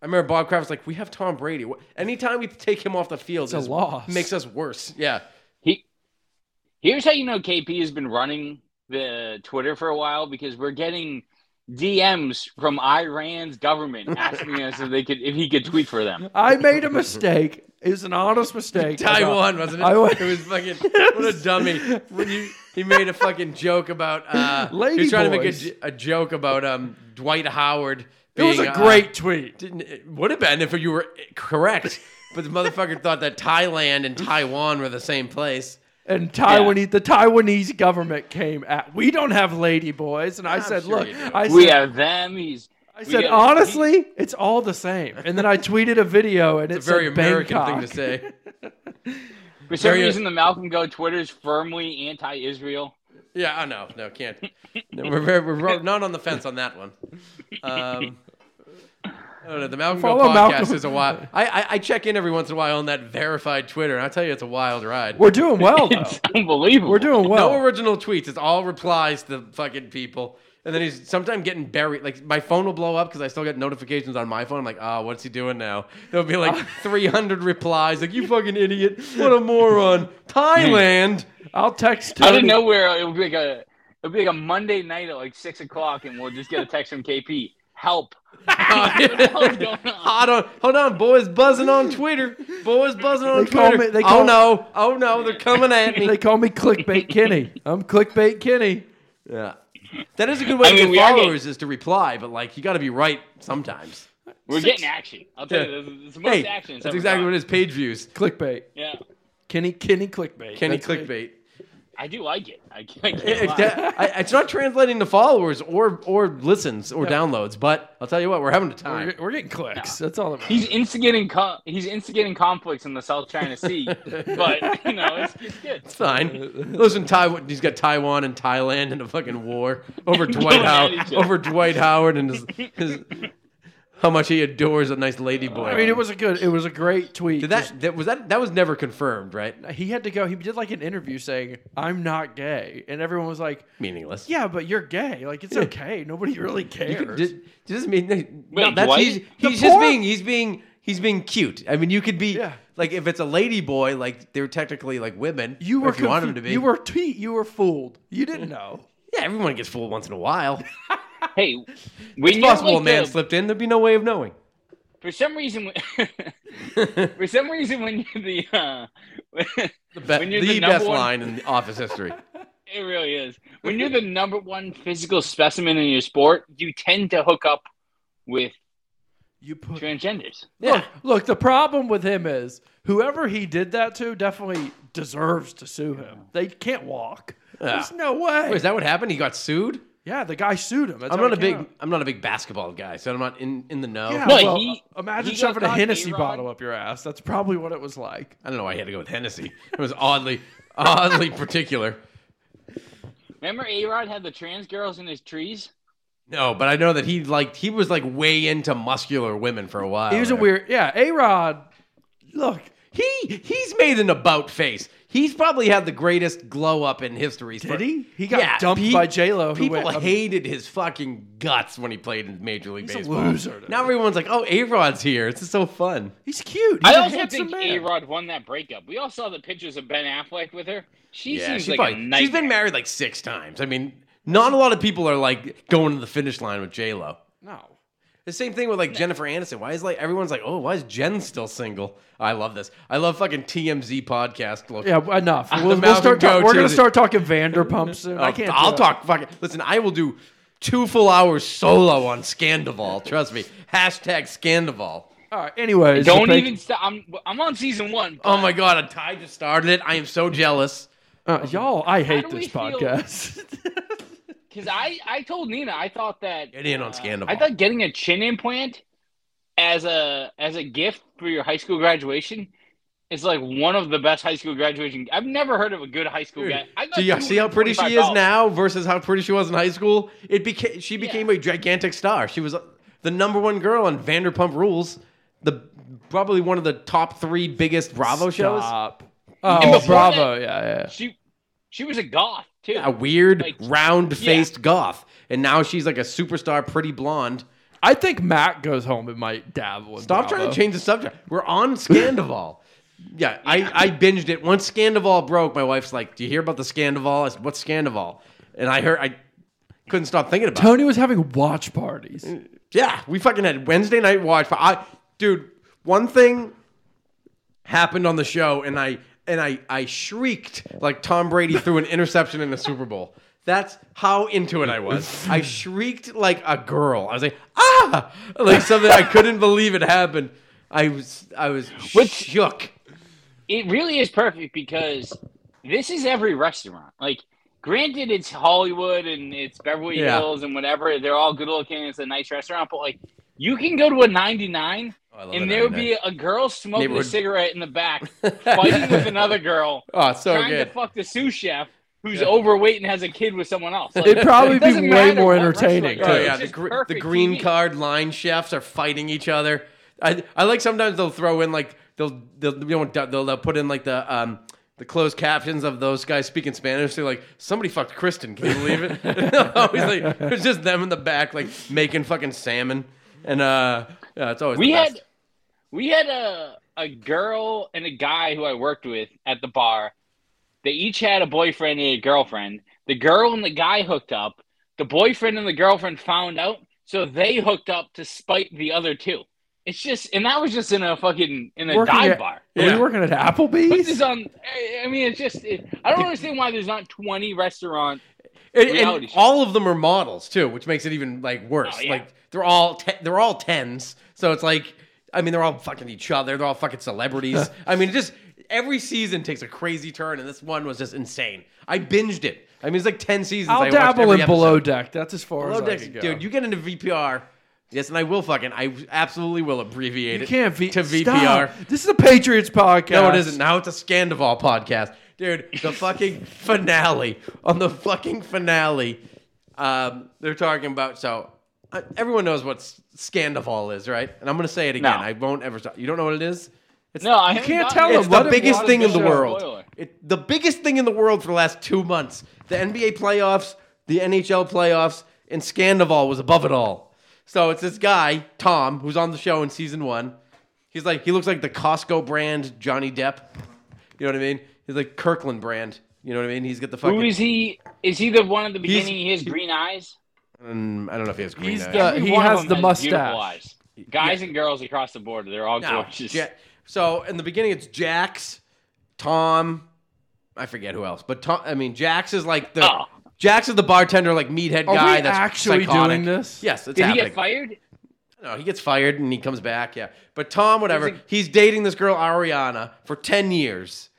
S3: I remember Bob Kraft was like, "We have Tom Brady. Wh- Anytime we take him off the field,
S4: a
S3: is-
S4: loss.
S3: Makes us worse." Yeah,
S5: He here's how you know KP has been running the Twitter for a while because we're getting DMs from Iran's government asking us if they could if he could tweet for them.
S4: I made a mistake. It's an
S3: [laughs]
S4: honest mistake.
S3: Taiwan wasn't it?
S4: I was-
S3: it was fucking what a dummy. When you- he made a fucking joke about uh, he
S4: Lady
S3: was trying to make a
S4: boys.
S3: j- a, joke about um Dwight Howard.
S4: It was
S3: being,
S4: a
S3: uh,
S4: great tweet.
S3: didn't it would have been if you were eh, correct. But the motherfucker thought that Thailand and Taiwan were the same place.
S4: And Taiwanese, the Taiwanese government came at. We don't have lady boys, and I
S3: I'm
S4: said,
S3: sure
S4: "Look,
S3: you do.
S4: I
S5: We
S4: said,
S5: have them. He's
S4: I said honestly, it's all the same." And then I tweeted a video, and
S3: It's
S4: it's
S3: a very American thing to say.
S5: For some
S3: Very-
S5: reason, the Malcolm Go Twitter is
S3: [laughs]
S5: firmly anti-Israel.
S3: Yeah, I know. No, can't. No, we're, very, we're not on the fence on that one. Um, I don't know. The Malcolm Go
S4: Follow
S3: podcast
S4: Malcolm.
S3: is a wild. I, I, I check in every once in a while on that verified Twitter, and I tell you, it's a wild ride.
S4: [laughs] We're doing
S3: [laughs]
S4: well though.
S5: It's unbelievable.
S4: We're doing well.
S3: no original tweets. It's all replies to fucking people. And then he's sometimes getting buried. Like my phone will blow up because I still get notifications on my phone. I'm like, oh, what's he doing now? There'll be
S4: [laughs]
S3: like 300 replies. Like you fucking idiot. What a moron.
S4: [laughs]
S3: Thailand.
S4: I'll text. Tony.
S5: out of nowhere. It would be like a it would be like a Monday night at like six o'clock, and we'll just get a text from KP. Help! What's going on?
S3: I don't. [laughs] Hold on, boys buzzing on Twitter. Boys buzzing on
S4: They call
S3: Twitter.
S4: me- they call-
S3: oh no! Oh no! They're coming at me.
S4: They call me
S5: [laughs]
S4: Clickbait Kenny. Uh, I'm Clickbait Kenny.
S3: yeah, that is a good way
S5: I
S3: to
S5: mean,
S3: get
S5: we are getting-
S3: followers is to reply, but like you got to be right sometimes.
S5: We're getting action. I'll tell you, this is- it's the most
S3: Hey,
S5: action.
S3: that's exactly what it is. Page views.
S4: Clickbait.
S5: Yeah,
S4: Kenny. Kenny. Clickbait.
S3: Kenny
S4: That's me.
S3: clickbait.
S5: I do like it. I, can't- I
S3: It-
S5: can't
S3: it's,
S5: lie.
S3: de- I- it's not translating to followers or or listens or downloads, but I'll tell you what, we're having a
S4: We're,
S3: time.
S4: get- we're getting clicks. That's all. That matters.
S5: He's instigating co- he's instigating conflicts in the South
S3: [laughs]
S5: China Sea, but you know it's, it's good.
S3: It's
S4: [laughs]
S3: fine. Listen, Taiwan. He's got Taiwan and Thailand in a fucking war over Dwight
S5: at
S3: Howard.
S5: each other.
S3: Over Dwight Howard and his, his how much he adores a nice lady boy.
S4: I mean, it was a good. It was a great tweet.
S3: Did that, that was that that was never confirmed, right?
S4: Just- he had to go. He did like an interview saying, "I'm not gay," and everyone was like,
S3: Meaningless.
S4: "Yeah, but you're gay. Like it's okay. Nobody really cares."
S3: You could just, just mean no,
S5: Wait,
S3: that's
S5: Dwight?
S3: he's,
S4: The
S3: he's just
S4: poor-
S3: being he's being he's being cute. I mean, you could be
S4: Yeah.
S3: like if it's a lady boy, like they're technically like women.
S4: you
S3: or
S4: were
S3: if you want 'em
S4: confu-
S3: to be.
S4: You were tweet. You were fooled. You didn't know.
S3: yeah, everyone gets fooled once in a
S4: [laughs]
S3: while.
S5: Hey, when
S3: It's
S5: you're
S3: possible
S5: like
S3: a man
S5: the-
S3: slipped in. There'd be no way of knowing.
S5: for some reason, when- [laughs] for some reason when you're the uh, [laughs]
S3: The, be-
S5: When you're
S3: the
S5: the number
S3: best
S5: one-
S3: line in the office history.
S5: It really is. When you're the number one physical specimen in your sport, you tend to hook up with
S4: You put.
S5: transgenders.
S4: Look, look. The problem with him is whoever he did that to definitely deserves to sue him. They can't walk. There's no way.
S3: Wait, is that what happened? He got sued.
S4: yeah, the guy sued him. That's
S3: I'm
S4: how
S3: not a
S4: it came
S3: big Oh.
S4: out.
S3: I'm not a big basketball guy, so I'm not in in the know.
S4: Yeah,
S5: No,
S4: well,
S5: he-
S4: uh, imagine
S5: he got
S4: shoving a
S5: caught,
S4: Hennessy
S5: A-Rod.
S4: bottle up your ass. That's probably what it was like.
S3: I don't know why he had to go with Hennessy. It was oddly oddly particular.
S5: Remember, A Rod had the trans girls in his trees.
S3: No, but I know that he like he was like way into muscular women for a while.
S4: He was a
S3: there.
S4: weird, yeah. A Rod, look,
S3: He he's made an about face. He's probably had the greatest glow up in history.
S4: did he? He got dumped
S3: pe-
S4: by J Lo.
S3: People
S4: went,
S3: hated his fucking guts when he played in Major League
S4: He's a
S3: Baseball.
S4: loser, dude.
S3: Now everyone's like, "Oh, A Rod's here. This is so fun."
S4: He's cute. He's
S5: I
S4: a
S5: also
S4: handsome
S5: think
S4: man.
S5: A Rod won that breakup. We all saw the pictures of Ben Affleck with her. She seems
S3: she
S5: like
S3: probably-
S5: a nightmare.
S3: she's [laughs] been married like six times. I mean, not a lot of people are like going to the finish line with J Lo.
S4: No,
S3: The same thing with like Jennifer Aniston. Why is like everyone's like, oh, why is Jen still single? I love this. I love fucking TMZ podcast. Look,
S4: yeah,
S3: [laughs]
S4: enough. We'll, we'll
S3: Malcolm
S4: start.
S3: Go
S4: Talk, we're gonna
S3: Tuesday.
S4: start talking Vanderpump soon.
S3: [laughs] I'll,
S4: I can't. do
S3: I'll
S4: it.
S3: talk fucking. Listen, I will do two full hours solo on Scandival. Trust me. Hashtag Scandival.
S4: All right. Anyways,
S5: Don't
S4: the
S5: even stop. I'm I'm on season one.
S3: Oh my god, a tie just started it. I am so jealous.
S4: Uh, y'all, I hate
S5: How do
S4: this
S5: we feel-
S4: podcast.
S5: Because I I told Nina I thought that
S3: Get in on Scandival.
S5: I thought getting a chin implant as a as a gift for your high school graduation is like one of the best high school graduation. I've never heard of a good high school guy. I got
S3: do you see how pretty she is
S5: $225.
S3: now versus how pretty she was in high school? It became she became a gigantic star. She was uh, the number one girl on Vanderpump Rules, the probably one of the top three biggest Bravo shows.
S4: Stop.
S5: And
S4: Oh,
S5: before
S4: Bravo. yeah, yeah.
S5: She She was a goth too.
S3: a weird
S5: Like-
S3: round-faced goth, and now she's like a superstar, pretty blonde.
S4: I think Matt goes home and might dabble. in
S3: Stop trying
S4: Bravo.
S3: to change the subject. We're on Scandival. yeah, I, I binged it. Once Scandival broke, my wife's like, "Do you hear about the Scandival?" I said, "What's Scandival?" And I heard I couldn't stop thinking about. it.
S4: Tony was having watch parties.
S3: Mm, Yeah, we fucking had Wednesday night watch. But I, dude, one thing happened on the show, and I and I I shrieked like Tom Brady threw an interception in the Super Bowl. That's how into it I was. I shrieked like a girl. I was like, ah, like something I couldn't believe it happened. I was I was shook.
S5: it really is perfect because this is every restaurant. Like, granted, it's Hollywood and it's Beverly
S3: Yeah.
S5: Hills and whatever. They're all good looking. It's a nice restaurant, but like, you can go to a 99
S3: Oh,
S5: and there would be a girl smoking a
S3: Neighborhood-
S5: cigarette in
S3: [laughs]
S5: the back, fighting with another girl,
S3: oh it's so
S5: trying
S3: good.
S5: to fuck the sous chef who's
S3: Yeah.
S5: overweight and has a kid with someone else. Like,
S4: It'd probably
S5: it
S4: be
S5: doesn't
S4: way
S5: matter
S4: more
S5: what restaurant
S4: entertaining,
S5: you're
S4: too.
S3: Oh
S5: at, it's
S3: yeah, the,
S5: just
S3: gr- the
S5: perfect
S3: green
S5: TV.
S3: card line chefs are fighting each other. I, I like sometimes they'll throw in like they'll they'll you know, they'll, they'll put in like the um the closed captions of those guys speaking Spanish. They're like somebody fucked Kristen. Can you believe it? [laughs] always like it's just them in the back like making fucking salmon and uh yeah, it's always
S5: we
S3: the best.
S5: had we had a a girl and a guy who I worked with at the bar. They each had a boyfriend and a girlfriend. The girl and the guy hooked up. The boyfriend and the girlfriend found out, so they hooked up to spite the other two. It's just, and that was just in a fucking in a
S4: Working
S5: dive
S4: at-
S5: bar.
S4: Were
S3: Yeah.
S4: you working at
S5: Put this
S4: Applebee's?
S5: on. I- I mean, it's just. It, I don't understand why there's not 20 restaurants.
S3: And, and
S5: Reality show.
S3: all of them are models too, which makes it even like worse.
S5: Oh, yeah.
S3: Like they're all te- they're all tens, so it's like I mean they're all fucking each other. They're all fucking
S4: [laughs]
S3: celebrities. I mean, it just every season takes a crazy turn, and this one was just insane. I binged it. I mean, it's like ten seasons. I
S4: I'll
S3: watched
S4: dabble
S3: every
S4: in below
S3: episode.
S4: deck. That's as far
S3: Below
S4: as I
S3: Deck's-
S4: can go.
S3: dude. You get into VPR. Yes, and I will fucking. I absolutely will abbreviate
S4: You
S3: it.
S4: can't v-
S3: to VPR.
S4: Stop. This is a Patriots podcast.
S3: No, it isn't. Now it's a Scandival podcast. Dude, the fucking finale. On the fucking finale, um, they're talking about. So uh, everyone knows what S- Scandival is, right? And I'm going to say it again.
S5: No.
S3: I won't ever stop. You don't know what it is? It's,
S5: No, I haven't
S4: can't
S5: gotten
S4: tell
S5: it.
S4: them
S3: It's the
S4: let him
S3: biggest
S4: watch
S3: thing
S4: the
S3: in the
S4: show.
S3: world.
S5: Spoiler.
S3: It, the biggest thing in the world for the last two months. The NBA playoffs, the NHL playoffs, and Scandival was above it all. So it's this guy, Tom, who's on the show in season one. He's like, he looks like the Costco brand Johnny Depp. You know what I mean? He's like Kirkland brand. You know what I mean? He's got the fucking.
S5: Who is he? Is he the one at the
S3: He's-
S5: beginning? He has green eyes.
S3: Mm, I don't know if he has green
S4: He's
S3: eyes.
S4: the- Uh,
S5: Every
S4: he
S5: one
S4: has
S5: of
S4: the
S5: them has beautiful
S4: mustache.
S5: eyes. Guys and girls across the board, they're all
S3: No,
S5: gorgeous.
S3: Ja- so in the beginning, it's Jax, Tom, I forget who else, but Tom. I mean, Jax is like the
S5: Oh.
S3: Jax is the bartender, like meathead
S4: Are
S3: guy.
S4: we
S3: that's
S4: actually
S3: psychotic.
S4: doing this?
S3: Yes, it's
S5: Did he
S3: happening.
S5: get fired?
S3: No, he gets fired and he comes back. Yeah, but Tom, whatever,
S5: Is he-
S3: he's dating this girl Ariana for ten years,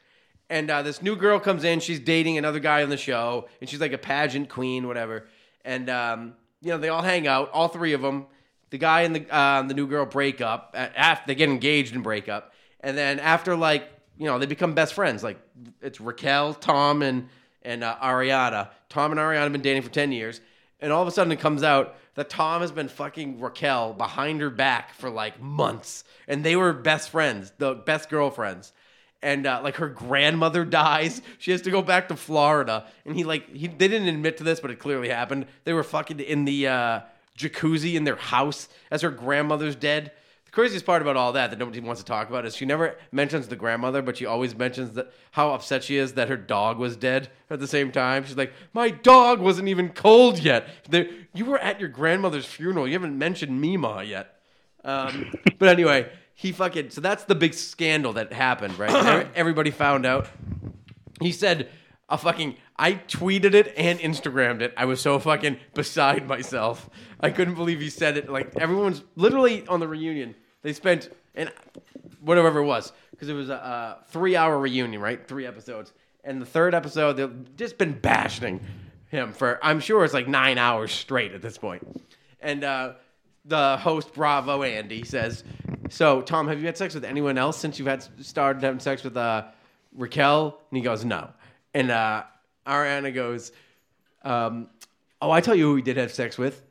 S3: and uh, this new girl comes in. She's dating another guy on the show, and she's like a pageant queen, whatever. And um, you know, they all hang out, all three of them. The guy and the um, the new girl break up. After they get engaged and break up, and then after like you know, they become best friends. Like it's Raquel, Tom, and and uh, Ariana. Tom and Ariana have been dating for ten years, and all of a sudden it comes out that Tom has been fucking Raquel behind her back for like months, and they were best friends, the best girlfriends. And uh, like her grandmother [laughs] dies, she has to go back to Florida, and he like he they didn't admit to this, but it clearly happened. They were fucking in the uh, jacuzzi in their house as her grandmother's dead. The craziest part about all that that nobody wants to talk about is she never mentions the grandmother, but she always mentions that how upset she is that her dog was dead at the same time. She's like, "My dog wasn't even cold yet. There- you were at your grandmother's funeral. You haven't mentioned Mima yet." Um, but anyway, he fucking so that's the big scandal that happened, right? Every- Everybody found out. He said a fucking I tweeted it and Instagrammed it. I was so fucking beside myself. I couldn't believe he said it. Like everyone's literally on the reunion. They spent and whatever it was because it was a, uh three-hour reunion, right? Three episodes, and the third episode they've just been bashing him for. I'm sure it's like nine hours straight at this point. And uh, the host Bravo Andy says, "So Tom, have you had sex with anyone else since you've had started having sex with uh, Raquel?" And he goes, "No." And uh, Ariana goes, um, "Oh, I tell you who he did have sex with,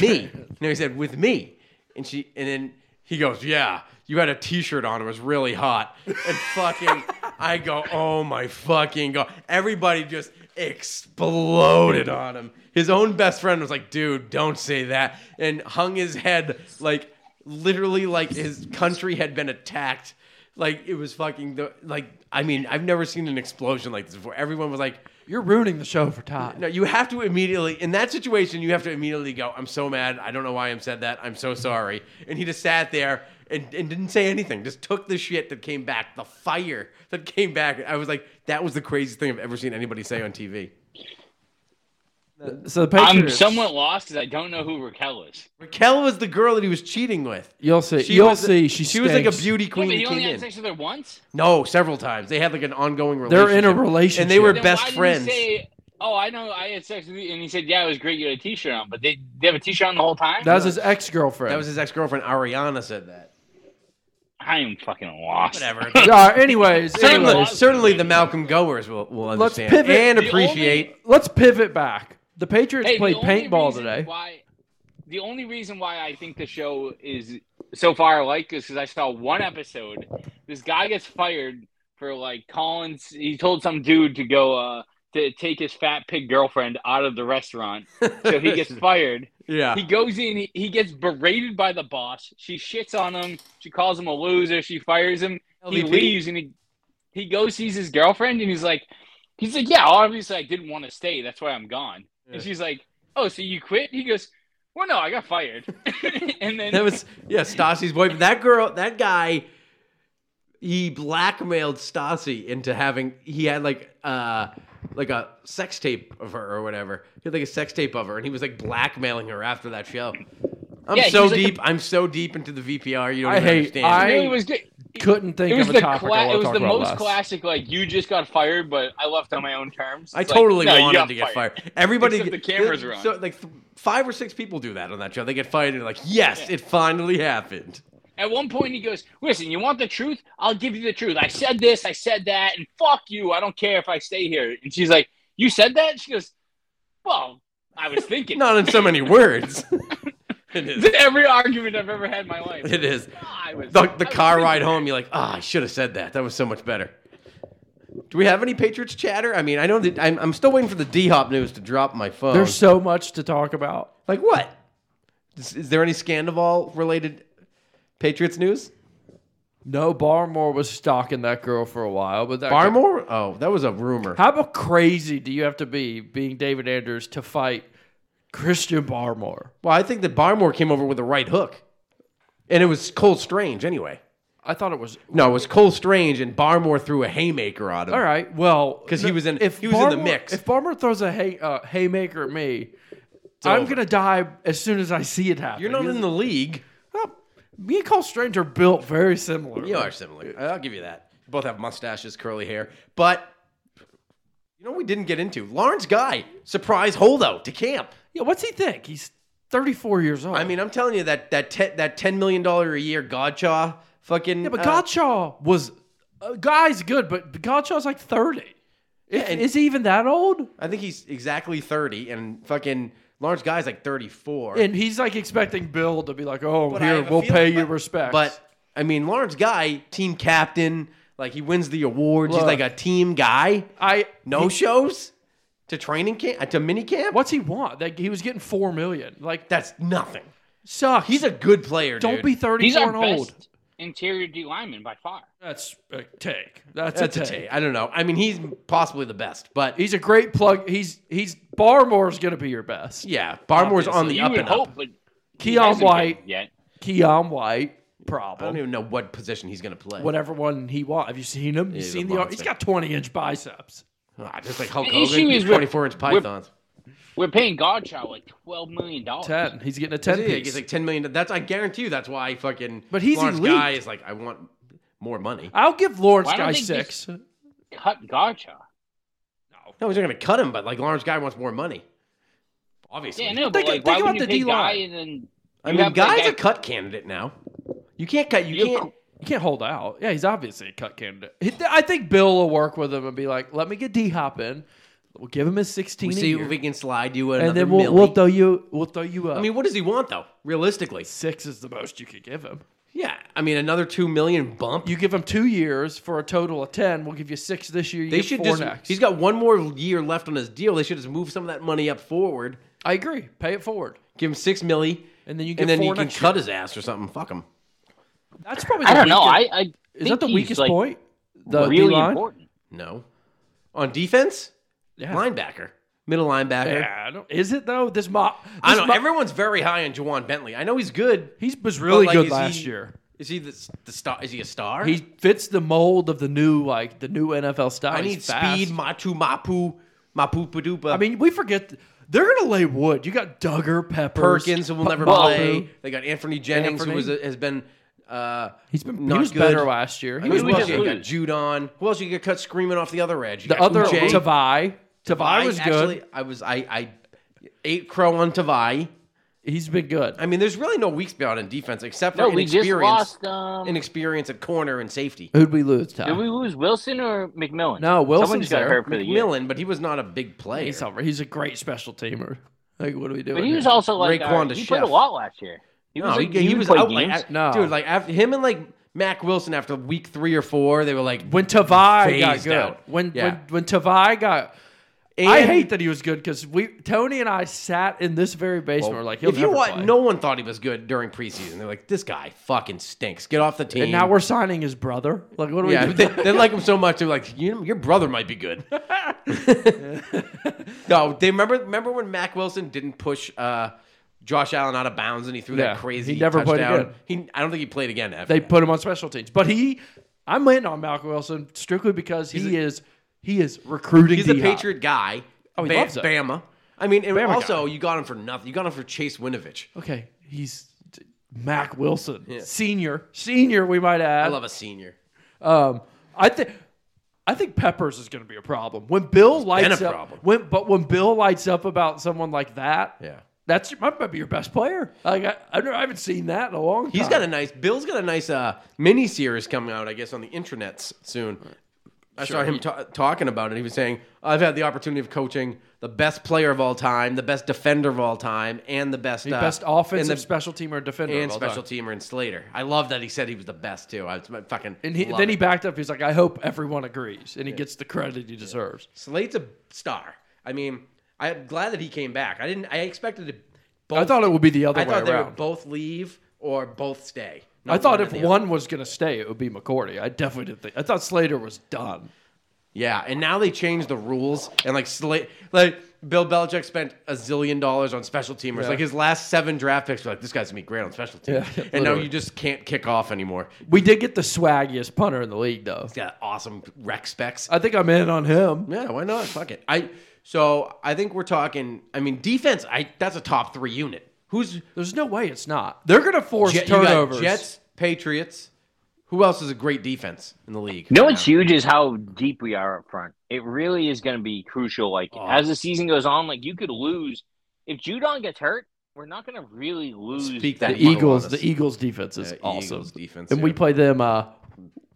S3: me." No, he said, "With me." And she, and then he goes, "Yeah, you had a T-shirt on. It was really hot." And fucking, I go, "Oh my fucking god!" Everybody just exploded on him. His own best friend was like, dude, don't say that. And hung his head like literally like his country had been attacked. Like it was fucking the like I mean, I've never seen an explosion like this before. Everyone was like,
S4: You're ruining the show for Todd.
S3: no, you have to immediately in that situation. You have to immediately go. I'm so mad. I don't know why I'm said that. I'm so sorry. And he just sat there and, and didn't say anything. Just took the shit that came back, the fire that came back. I was like, that was the craziest thing I've ever seen anybody say on TV.
S4: So the
S5: I'm
S4: Patriots.
S5: somewhat lost because I don't know who Raquel is.
S3: Raquel was the girl that he was cheating with.
S4: You'll see.
S3: She
S4: You'll
S3: was-
S4: see. She
S3: She was like a
S4: stinks.
S3: beauty
S5: Wait,
S3: queen.
S5: but
S3: that
S5: he only
S3: came
S5: had
S3: in.
S5: sex with her once.
S3: No, several times they had like an ongoing relationship.
S4: They're in a relationship.
S3: and they were
S5: Then
S3: best
S5: why
S3: friends.
S5: Did he say, oh, I know. I had sex with you, and he said, "Yeah, it was great. You had a T-shirt on." But they, they have a T-shirt on the whole time.
S4: That was his ex girlfriend. [laughs]
S3: That was his ex girlfriend Ariana said that.
S5: I am fucking lost.
S3: Whatever.
S4: [laughs] anyways,
S3: certainly,
S4: anyways,
S3: certainly the Malcolm goers will, will
S4: Let's
S3: understand
S4: pivot.
S3: and
S5: The only-
S3: appreciate.
S4: let's pivot back. The Patriots
S5: Hey,
S4: played
S5: the only
S4: paintball
S5: reason
S4: today.
S5: Why? The only reason why I think the show is so far like this is I saw one episode. This guy gets fired for like Collins. He told some dude to go uh, to take his fat pig girlfriend out of the restaurant, so he
S4: [laughs]
S5: gets fired.
S3: yeah.
S5: He goes in, he, he gets berated by the boss. She shits on him. She calls him a loser. She fires him. He
S3: LVP?
S5: leaves and he, he goes, sees his girlfriend, and he's like, he's like, yeah, obviously I didn't want to stay. That's why I'm gone.
S3: Yeah.
S5: And she's like, oh, so you quit? He goes, well, no, I got fired. [laughs] and then
S3: That was yeah, Stassi's boyfriend. That girl, that guy, he blackmailed Stassi into having. He had like uh like a sex tape of her or whatever. He had like a sex tape of her, and he was like blackmailing her after that show. I'm
S5: Yeah, he
S3: so
S5: was, like,
S3: deep. I'm so deep into the VPR. You don't
S4: I
S3: even
S4: hate-
S3: understand.
S5: it
S4: I-
S5: really was good.
S4: Couldn't
S5: It
S4: think
S5: was
S4: of
S5: the
S4: a topic. I
S5: cla-
S4: want
S5: it
S4: to
S5: was
S4: talk
S5: the
S4: about
S5: most
S4: last.
S5: classic. Like you just got fired, but I left on my own terms.
S3: I
S5: It's like,
S3: totally
S5: no, you
S3: wanted
S5: got
S3: to get
S5: fired.
S3: fired. Everybody,
S5: Except the cameras are on.
S3: So like th- five or six people do that on that show. They get fired. And they're like, yes, it finally happened.
S5: At one point, he goes, "Listen, you want the truth? I'll give you the truth. I said this, I said that, and fuck you. I don't care if I stay here." And she's like, "You said that?" She goes, "Well, I was thinking."
S3: Not in so many words. [laughs] it
S5: [laughs] This
S3: is.
S5: is every argument I've ever had in my life.
S3: It is.
S5: I was,
S3: The,
S5: I
S3: the
S5: was
S3: car
S5: thinking.
S3: ride home, you're like, ah, I should have said that. That was so much better. Do we have any Patriots chatter? I mean, I know that I'm, I'm still waiting for the D Hop news to drop my phone.
S4: There's so much to talk about.
S3: like what? Is, is there any Scandival related Patriots news?
S4: No, Barmore was stalking that girl for a while, but that
S3: Barmore? Oh, that was a rumor.
S4: How about crazy do you have to be being David Anders to fight Christian Barmore?
S3: Well, I think that Barmore came over with a right hook, and it was Cole Strange anyway.
S4: I thought it was
S3: No, it was Cole Strange, and Barmore threw a haymaker on him.
S4: all right. Well,
S3: 'Cause he was in- he was in the mix.
S4: If Barmore throws a hay, uh, haymaker at me, I'm
S3: over.
S4: gonna die as soon as I see it happen.
S3: You're not in the league.
S4: Me and Cole Strange are built very similar.
S3: You are similar. I'll give you that. Both have mustaches, curly hair. But you know what we didn't get into? Lawrence Guy, surprise holdout to camp.
S4: Yeah, what's he think? He's 34 years old.
S3: I mean, I'm telling you that that te- that ten million dollar a year Godchaw fucking
S4: yeah, but
S3: uh,
S4: Godshaw was uh, guy's good, but Godshaw's like 30. If-
S3: and-
S4: is he even that old?
S3: I think he's exactly thirty, and fucking Lawrence Guy's like thirty four.
S4: And he's like expecting Bill to be like, "Oh,
S3: But I
S4: here
S3: have a
S4: we'll
S3: feeling-
S4: pay you
S3: but-
S4: respect."
S3: But I mean, Lawrence Guy, team captain, like he wins the awards.
S4: Look.
S3: He's like a team guy.
S4: I
S3: No shows to training camp uh, to mini camp.
S4: what's he want? Like he was getting four million. Like that
S3: That's nothing.
S4: sucks.
S3: He's a good player.
S4: don't
S3: dude.
S4: be
S5: He's
S4: 34
S5: our
S4: and old.
S5: best interior D lineman by far.
S4: That's a take. That's,
S3: That's a take. I don't know. I mean, he's possibly the best, but
S4: He's a great plug. He's he's Barmore's gonna be your best.
S3: yeah, Barmore's on the
S5: you
S3: up
S5: would
S3: and
S5: hope,
S3: up.
S5: but he
S4: Keon
S5: hasn't
S4: White,
S5: been yet.
S4: Keon White,
S3: I don't
S4: problem.
S3: even know what position he's going to play.
S4: Whatever one he want. Have you seen him? You
S3: He's a
S4: seen the?
S3: monster.
S4: He's got 20 inch biceps.
S3: Ah, just like Hulk
S5: The
S3: Hogan,
S5: issue is we're-
S3: 24 inch
S5: we're-
S3: pythons.
S5: We're paying Godchild like twelve million dollars.
S4: Ten. He's getting a
S3: Yeah,
S4: ten
S3: Oh. He's like,
S4: piece.
S3: 10 million. That's I guarantee you. That's why fucking.
S4: But he's
S3: Lawrence
S4: elite.
S3: guy is like I want more money.
S4: I'll give Lawrence
S5: Why don't
S4: guy
S5: they
S4: six.
S5: Cut Godchild.
S3: No, he's not going to cut him, but like Lawrence guy wants more money. Obviously,
S5: Yeah, no, but
S4: Think-
S5: like,
S4: think
S5: why
S4: about
S5: would
S4: the
S5: you pay Guy
S4: D-line.
S5: and then
S3: I
S5: you
S3: mean,
S5: have that
S3: guy's
S5: guy-
S3: a cut candidate now. You can't cut. You
S5: You-
S3: can't.
S4: You can't hold out. Yeah, he's obviously a cut candidate. He- I think Bill will work with him and be like, "Let me get D Hop in. We'll give him his sixteen
S3: We
S4: a
S3: see
S4: year,
S3: if we can slide you another
S4: and then we'll,
S3: milli.
S4: we'll throw you. We'll throw you up.
S3: I mean, what does he want though? Realistically,
S4: six is the most you could give him.
S3: Yeah, I mean another two million bump.
S4: You give him two years for a total of ten. We'll give you six this year. You
S3: they
S4: get
S3: should
S4: four
S3: just.
S4: next.
S3: He's got one more year left on his deal. They should just move some of that money up forward.
S4: I agree. Pay it forward,
S3: Give him six milli,
S4: and then you get
S3: and then
S4: four
S3: you can
S4: next
S3: cut
S4: year.
S3: his ass or something. Fuck him.
S4: That's probably. The
S5: I don't know. I,
S4: weakest-
S5: I
S4: is that the weakest
S5: like,
S4: point? The
S5: really
S4: D-line?
S5: important.
S3: No, on defense,
S4: Yeah.
S3: linebacker, middle linebacker.
S4: Yeah, I don't, is it though? This mop.
S3: I don't. know. Everyone's very high on Jawan Bentley. I know he's good.
S4: he was really
S3: like,
S4: good
S3: is
S4: last
S3: he-
S4: year.
S3: Is he the, the star? Is he a star?
S4: He fits the mold of the new like the new NFL style.
S3: I
S4: He's
S3: need
S4: fast.
S3: speed. Matu Mapu Mapu Padupa.
S4: I mean, we forget th- they're gonna lay wood. You got Duggar, Peppers,
S3: Perkins who will
S4: P-
S3: never
S4: Papu.
S3: play. They got Anthony Jennings
S4: Anthony.
S3: who was, has been. Uh,
S4: He's been
S3: Not
S4: he was
S3: good.
S4: better last year. He
S3: who
S4: was
S5: we
S3: else
S5: just
S4: better.
S3: you got?
S5: lose?
S3: Jude on. Who else you get cut screaming off the other edge? You
S4: the
S3: got
S4: other
S3: Uche.
S4: Tavai. Tavai was good.
S3: Actually, I was I I ate crow on Tavai.
S4: He's been good.
S3: I mean, there's really no weak spot in defense except for
S5: No, we just
S3: inexperience,
S5: lost. Um,
S3: inexperience at corner and safety.
S4: Who'd we lose? Ty?
S5: did we lose Wilson or McMillan?
S4: No, Wilson's
S5: Someone's got
S4: there.
S5: hurt for the year.
S3: McMillan, but he was not a big player.
S4: he's, over. he's a great special teamer. Like, what are we doing?
S5: But he was
S4: here?
S5: also like
S3: Raekwon
S5: our-
S3: to
S5: he played a
S3: Chef.
S5: lot last year. He
S3: No,
S5: was like,
S3: he, he was
S5: play
S3: out
S5: games.
S3: like
S4: No.
S3: dude, like after him and like Mac Wilson after week three or four, they were like
S4: when Tavai got
S3: phased
S4: good.
S3: out.
S4: When
S3: Yeah.
S4: when when Tavai got. I
S3: And-
S4: hate that he was good because we Tony and I sat in this very basement. we're like, he'll
S3: if you
S4: never
S3: want,
S4: play.
S3: no one thought he was good during preseason. They're like, this guy fucking stinks. Get off the team.
S4: and now we're signing his brother. Like, what are [laughs]
S3: yeah,
S4: we
S3: they,
S4: doing?
S3: they like him so much. They're like, you, your brother might be
S4: [laughs]
S3: good. no, they remember remember when Mac Wilson didn't push uh, Josh Allen out of bounds and he threw
S4: Yeah,
S3: that crazy.
S4: he never played
S3: touchdown? He, I don't think he played again. After
S4: They
S3: that.
S4: put him on special teams, but he, I'm in on Malcolm Wilson strictly because he
S3: a-
S4: is he is recruiting.
S3: he's a
S4: D-Hop.
S3: Patriot guy.
S4: Oh, he
S3: Ba-
S4: loves it.
S3: Bama. I mean, and
S4: Bama
S3: also you got him for nothing. You got him for Chase Winovich.
S4: Okay, he's d- Mac Wilson,
S3: Yeah.
S4: senior, senior. We might add.
S3: I love a senior.
S4: Um, I think I think Peppers is going to be a problem when Bill lights
S3: a
S4: up.
S3: problem.
S4: When but when Bill lights up about someone like that,
S3: Yeah.
S4: that's your- might be your best player. Like I, I, don't- I haven't seen that in a long time.
S3: He's got a nice. Bill's got a nice uh, mini series coming out, I guess, on the intranets soon. I saw him ta- talking about it. He was saying, "I've had the opportunity of coaching the best player of all time, the best defender of all time, and the best uh,
S4: best
S3: and
S4: offensive
S3: the-
S4: special team or defender
S3: and
S4: of all
S3: special
S4: time.
S3: teamer in Slater." I love that he said he was the best too. I was I fucking
S4: And he,
S3: love
S4: then he
S3: it.
S4: backed up. He's like, I hope everyone agrees, and he gets the credit he deserves.
S3: Slate's a star. I mean, I'm glad that he came back. I didn't. I expected to. Both,
S4: I thought it would be the other
S3: I
S4: way
S3: thought they
S4: around.
S3: would both leave or both stay.
S4: I
S3: Not
S4: thought
S3: or
S4: if
S3: the other.
S4: one was going to stay, it would be McCourty. I definitely didn't think. I thought Slater was done.
S3: Yeah, and now they changed the rules and like sla- like Bill Belichick spent a zillion dollars on special teamers.
S4: Yeah.
S3: Like his last seven draft picks were like, this guy's gonna be great on special teams.
S4: Yeah,
S3: and now
S4: literally.
S3: you just can't kick off anymore.
S4: We did get the swaggiest punter in the league, though.
S3: He's got awesome rec specs.
S4: I think I'm in on him.
S3: yeah, why not? Fuck it. I so I think we're talking. I mean, defense. I that's a top three unit. Who's
S4: There's no way it's not. They're going to force
S3: Jet- you got
S4: turnovers.
S3: Jets, Patriots. Who else is a great defense in the league?
S5: You know
S3: right
S5: what's
S3: now?
S5: huge is how deep we are up front. It really is going to be crucial. Like
S3: Oh.
S5: as the season goes on, like you could lose if Judon gets hurt. We're not going to really lose.
S3: Speak
S4: The
S3: that muddle
S4: Eagles,
S3: on
S4: the
S3: us.
S4: Eagles defense is
S3: Yeah,
S4: awesome.
S3: Eagles defense,
S4: and we
S3: yeah.
S4: play them uh,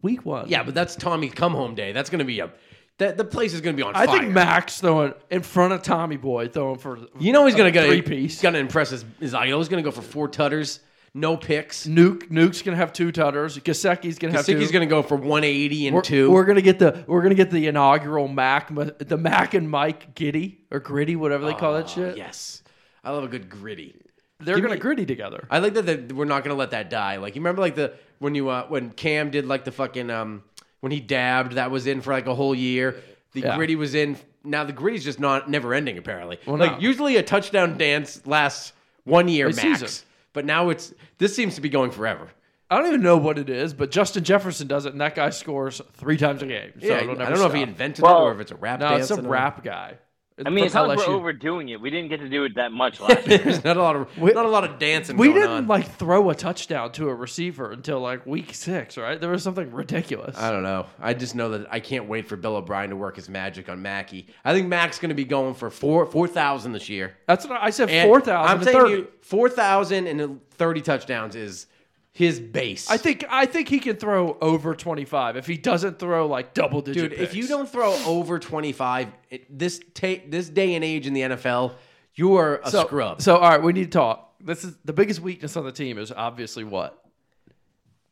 S4: week one.
S3: Yeah, but that's Tommy come home day. That's gonna be a that the place is gonna be on
S4: I
S3: fire.
S4: think Max throwing in front of Tommy Boy throwing for
S3: You know he's gonna get
S4: three piece.
S3: He's gonna impress his, his idol. He's gonna go for four tutters, no picks.
S4: Nuke Nuke's gonna have two tutters. Gasecki's gonna have 2
S3: Sicky's gonna go for one eighty and
S4: we're,
S3: 2
S4: We're gonna get the we're gonna get the inaugural Mac the Mac and Mike Giddy or Gritty whatever they call that shit.
S3: yes, I love a good gritty.
S4: They're
S3: Give
S4: gonna
S3: me-
S4: gritty together.
S3: I like that, that we're not gonna let that die. Like you remember like the when you uh, when Cam did like the fucking um when he dabbed that was in for like a whole year. The
S4: Yeah.
S3: gritty was in. Now the gritty's just not never ending apparently. like
S4: no.
S3: usually a touchdown dance lasts one year
S4: A
S3: max,
S4: season.
S3: but now it's this seems to be going forever.
S4: I don't even know what it is, but Justin Jefferson does it, and that guy scores three times a game. So
S3: yeah, I
S4: it'll
S3: don't
S4: never
S3: know if he
S4: stop.
S3: invented
S5: Well,
S3: it or if it's a rap
S4: No,
S3: dance.
S4: it's
S3: I
S4: some
S3: don't know.
S4: rap guy.
S5: I mean, it's
S4: From
S5: not like we're
S4: LSU.
S5: overdoing it. We didn't get to do it
S3: [laughs]
S5: that much last year.
S3: There's not a lot of not a lot of dancing.
S4: We
S3: going
S4: didn't
S3: on.
S4: like throw a touchdown to a receiver until like week six, right? There was something ridiculous.
S3: I don't know. I just know that I can't wait for Bill O'Brien to work his magic on Mackey. I think Mac's going to be going for four four thousand this year.
S4: That's what I I said.
S3: And
S4: Four thousand.
S3: I'm saying you- four thousand and thirty touchdowns is his base.
S4: I think I think he can throw over twenty five if he doesn't throw like double digit.
S3: dude, if you
S4: picks.
S3: don't throw over twenty five this ta- this day and age in the NFL, you are a
S4: so,
S3: scrub.
S4: So all right, we need to talk. This is the biggest weakness on the team is obviously what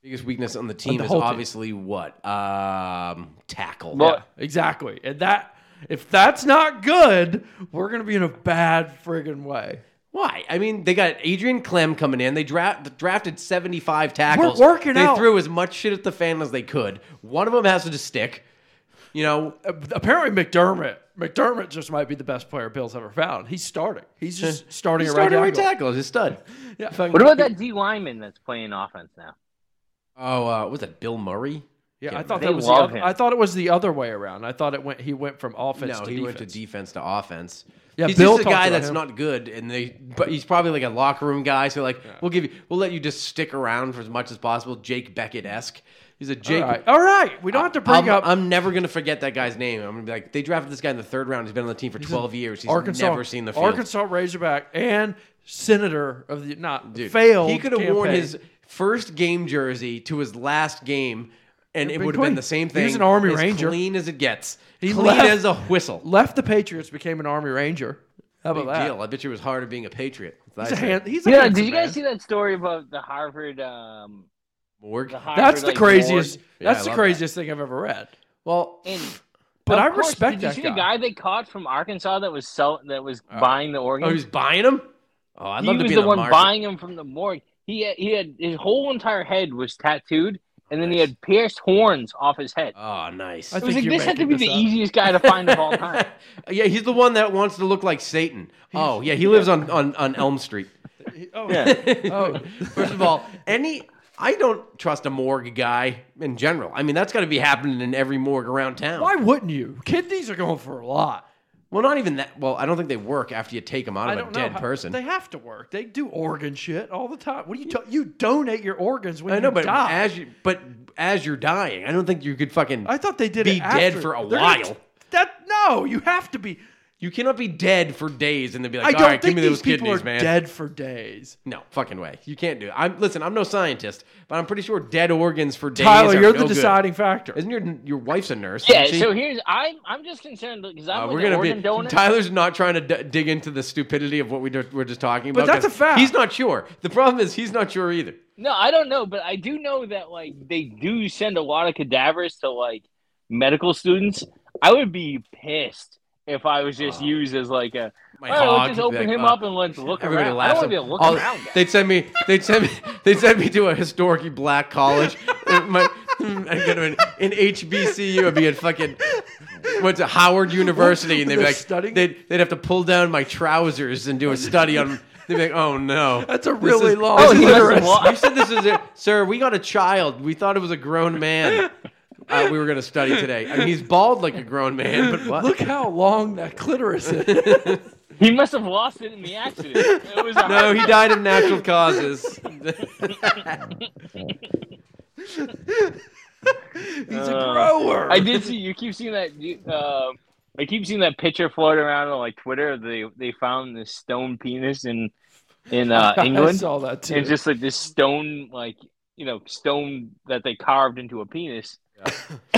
S3: biggest weakness on the team
S4: the
S3: is
S4: whole team.
S3: obviously what? Um, tackle.
S5: Well-
S4: exactly. And that if that's not good, we're gonna be in a bad friggin' way.
S3: Why? I mean, they got Adrian Clem coming in. They draft, drafted 75 tackles.
S4: We're working
S3: They
S4: out.
S3: threw as much shit at the fan as they could. One of them has to just stick. You know,
S4: Uh, Apparently, McDermott. McDermott just might be the best player Bill's ever found. He's starting. He's just starting
S3: he's
S4: at right
S3: starting right
S4: tackle.
S3: tackle. He's a stud.
S4: Yeah.
S3: Fucking-
S5: What about that D lineman that's playing offense now?
S3: Oh, uh, what was that Bill Murray?
S4: Yeah,
S3: Yeah,
S4: I thought
S5: they
S4: that was. The
S5: love
S4: other,
S5: him.
S4: I thought it was the other way around. I thought it went. He went from offense
S3: no,
S4: to
S3: he
S4: defense.
S3: went to defense to offense.
S4: Yeah,
S3: he's
S4: Bill
S3: just a
S4: talked
S3: guy
S4: about
S3: that's
S4: him.
S3: not good, and they but he's probably like a locker room guy. So like, we'll give you, we'll let you just stick around for as much as possible. Jake Beckett esque. He's a Jake.
S4: All right. All right. We don't have to bring
S3: I'm,
S4: up
S3: I'm never gonna forget that guy's name. I'm gonna be like, they drafted this guy in the third round. He's been on the team for 12 years. He's
S4: Arkansas.
S3: never seen the field.
S4: Arkansas Razorback and Senator of the not
S3: Dude,
S4: failed.
S3: He could have worn
S4: campaign.
S3: his first game jersey to his last game, and it
S4: been
S3: would have been
S4: clean.
S3: the same
S4: He
S3: thing.
S4: was an Army
S3: as
S4: Ranger.
S3: clean as it gets.
S4: He
S3: clean
S4: left-
S3: as a whistle.
S4: left the Patriots, became an Army Ranger. How about
S3: Big
S4: that?
S3: deal. I bet you it was harder being a patriot. That's
S4: He's a
S3: what I
S4: hand, he's a
S5: Yeah,
S4: handsome
S5: did you guys
S4: man.
S5: see that story about the Harvard? Um,
S3: said. Morgue.
S5: the Harvard
S4: That's the
S5: like,
S4: craziest.
S5: board?
S3: Yeah, I
S4: that's the
S3: love
S4: craziest thing I've ever read.
S3: Well,
S5: And
S4: But
S5: of
S4: I
S5: course,
S4: respect
S5: did you
S4: that
S5: see
S4: guy.
S5: the guy they caught from Arkansas that was sell that was buying the organs?
S3: oh, he's buying them. Oh, I'd
S5: he
S3: love to
S5: was
S3: be
S5: the
S3: in
S5: one
S3: market.
S5: buying him from the morgue. He had, he had his whole entire head was tattooed, and then he had pierced horns off his head.
S3: Oh, nice.
S4: I
S5: it
S4: think
S5: was like
S4: you're
S5: this had to
S4: making
S5: be
S4: this
S5: the
S4: up.
S5: easiest guy to find [laughs] of
S3: [laughs]
S5: all time.
S3: yeah, he's the one that wants to look like Satan. oh, yeah, he lives on, on, on Elm Street.
S4: [laughs]
S3: [laughs]
S4: Oh, [laughs]
S3: Oh. First of all, any I don't trust a morgue guy in general. I mean, that's got to be happening in every morgue around town.
S4: Why wouldn't you? Kidneys are going for a lot.
S3: Well, not even that. Well, I don't think they work after you take them out
S4: I
S3: of
S4: don't
S3: a
S4: know.
S3: dead
S4: how-
S3: person.
S4: They have to work. They do organ shit all the time. What do you? ta- you donate your organs when
S3: I know,
S4: you
S3: but
S4: die.
S3: as you but as you're dying, I don't think you could fucking.
S4: I thought they did
S3: be
S4: it after.
S3: dead for a
S4: They're not-
S3: while.
S4: that no, you have to be.
S3: you cannot be dead for days and then be
S4: I
S3: like,
S4: don't
S3: "All right, give
S4: think
S3: me
S4: these
S3: those
S4: people
S3: kidneys,
S4: are
S3: man."
S4: dead for days.
S3: No fucking way. You can't do it. I'm listen. I'm no scientist, but I'm pretty sure dead organs for days.
S4: Tyler,
S3: are
S4: you're
S3: no
S4: the
S3: good.
S4: deciding factor.
S3: Isn't your your wife's a nurse?
S5: Yeah,
S3: isn't she?
S5: so here's I'm I'm just concerned because I'm
S3: Uh,
S5: like
S3: we're
S5: an
S3: gonna
S5: organ
S3: be.
S5: donor.
S3: Tyler's not trying to d- dig into the stupidity of what we do, we're just talking
S4: But
S3: about.
S4: that's a
S3: 'cause
S4: fact.
S3: He's not sure. The problem is he's not sure either.
S5: No, I don't know, but I do know that like they do send a lot of cadavers to like medical students. I would be pissed if I was just used as like a.
S3: My
S5: All right,
S3: hog,
S5: let's just
S3: be
S5: open
S3: like,
S5: him
S3: uh,
S5: up and let's look
S3: Everybody
S5: around.
S3: laughs.
S5: I don't want to be a
S3: at-
S5: look
S3: all-
S5: around guy.
S3: They'd send me. They'd send me. They'd send me to a historically black
S5: [laughs]
S3: college. My, I'd go to an, an HBCU. I'd be at fucking went to Howard University, and they'd be
S4: They're
S3: like,
S4: studying?
S3: they'd they'd have to pull down my trousers and do a study on. They'd be like, oh no,
S4: That's a
S3: This
S4: really
S3: is-
S4: long
S3: this is a-
S5: uterus.
S3: You said this is a sir. We got a child. We thought it was a grown man. Uh, we were gonna study today. I mean, he's bald like a grown man, but what?
S4: Look how long that clitoris is.
S3: [laughs]
S5: He must have lost it in the accident. It was a
S3: no, he died of natural causes. [laughs]
S4: He's a
S5: Uh,
S4: grower.
S5: I did see. You keep seeing that. you- Um, I keep seeing that picture floating around on like Twitter. They they found this stone penis in
S3: [laughs]
S5: in [laughs] uh,
S4: I
S5: England.
S4: saw that too.
S5: It's just like this stone, like you know, stone that they carved into a penis.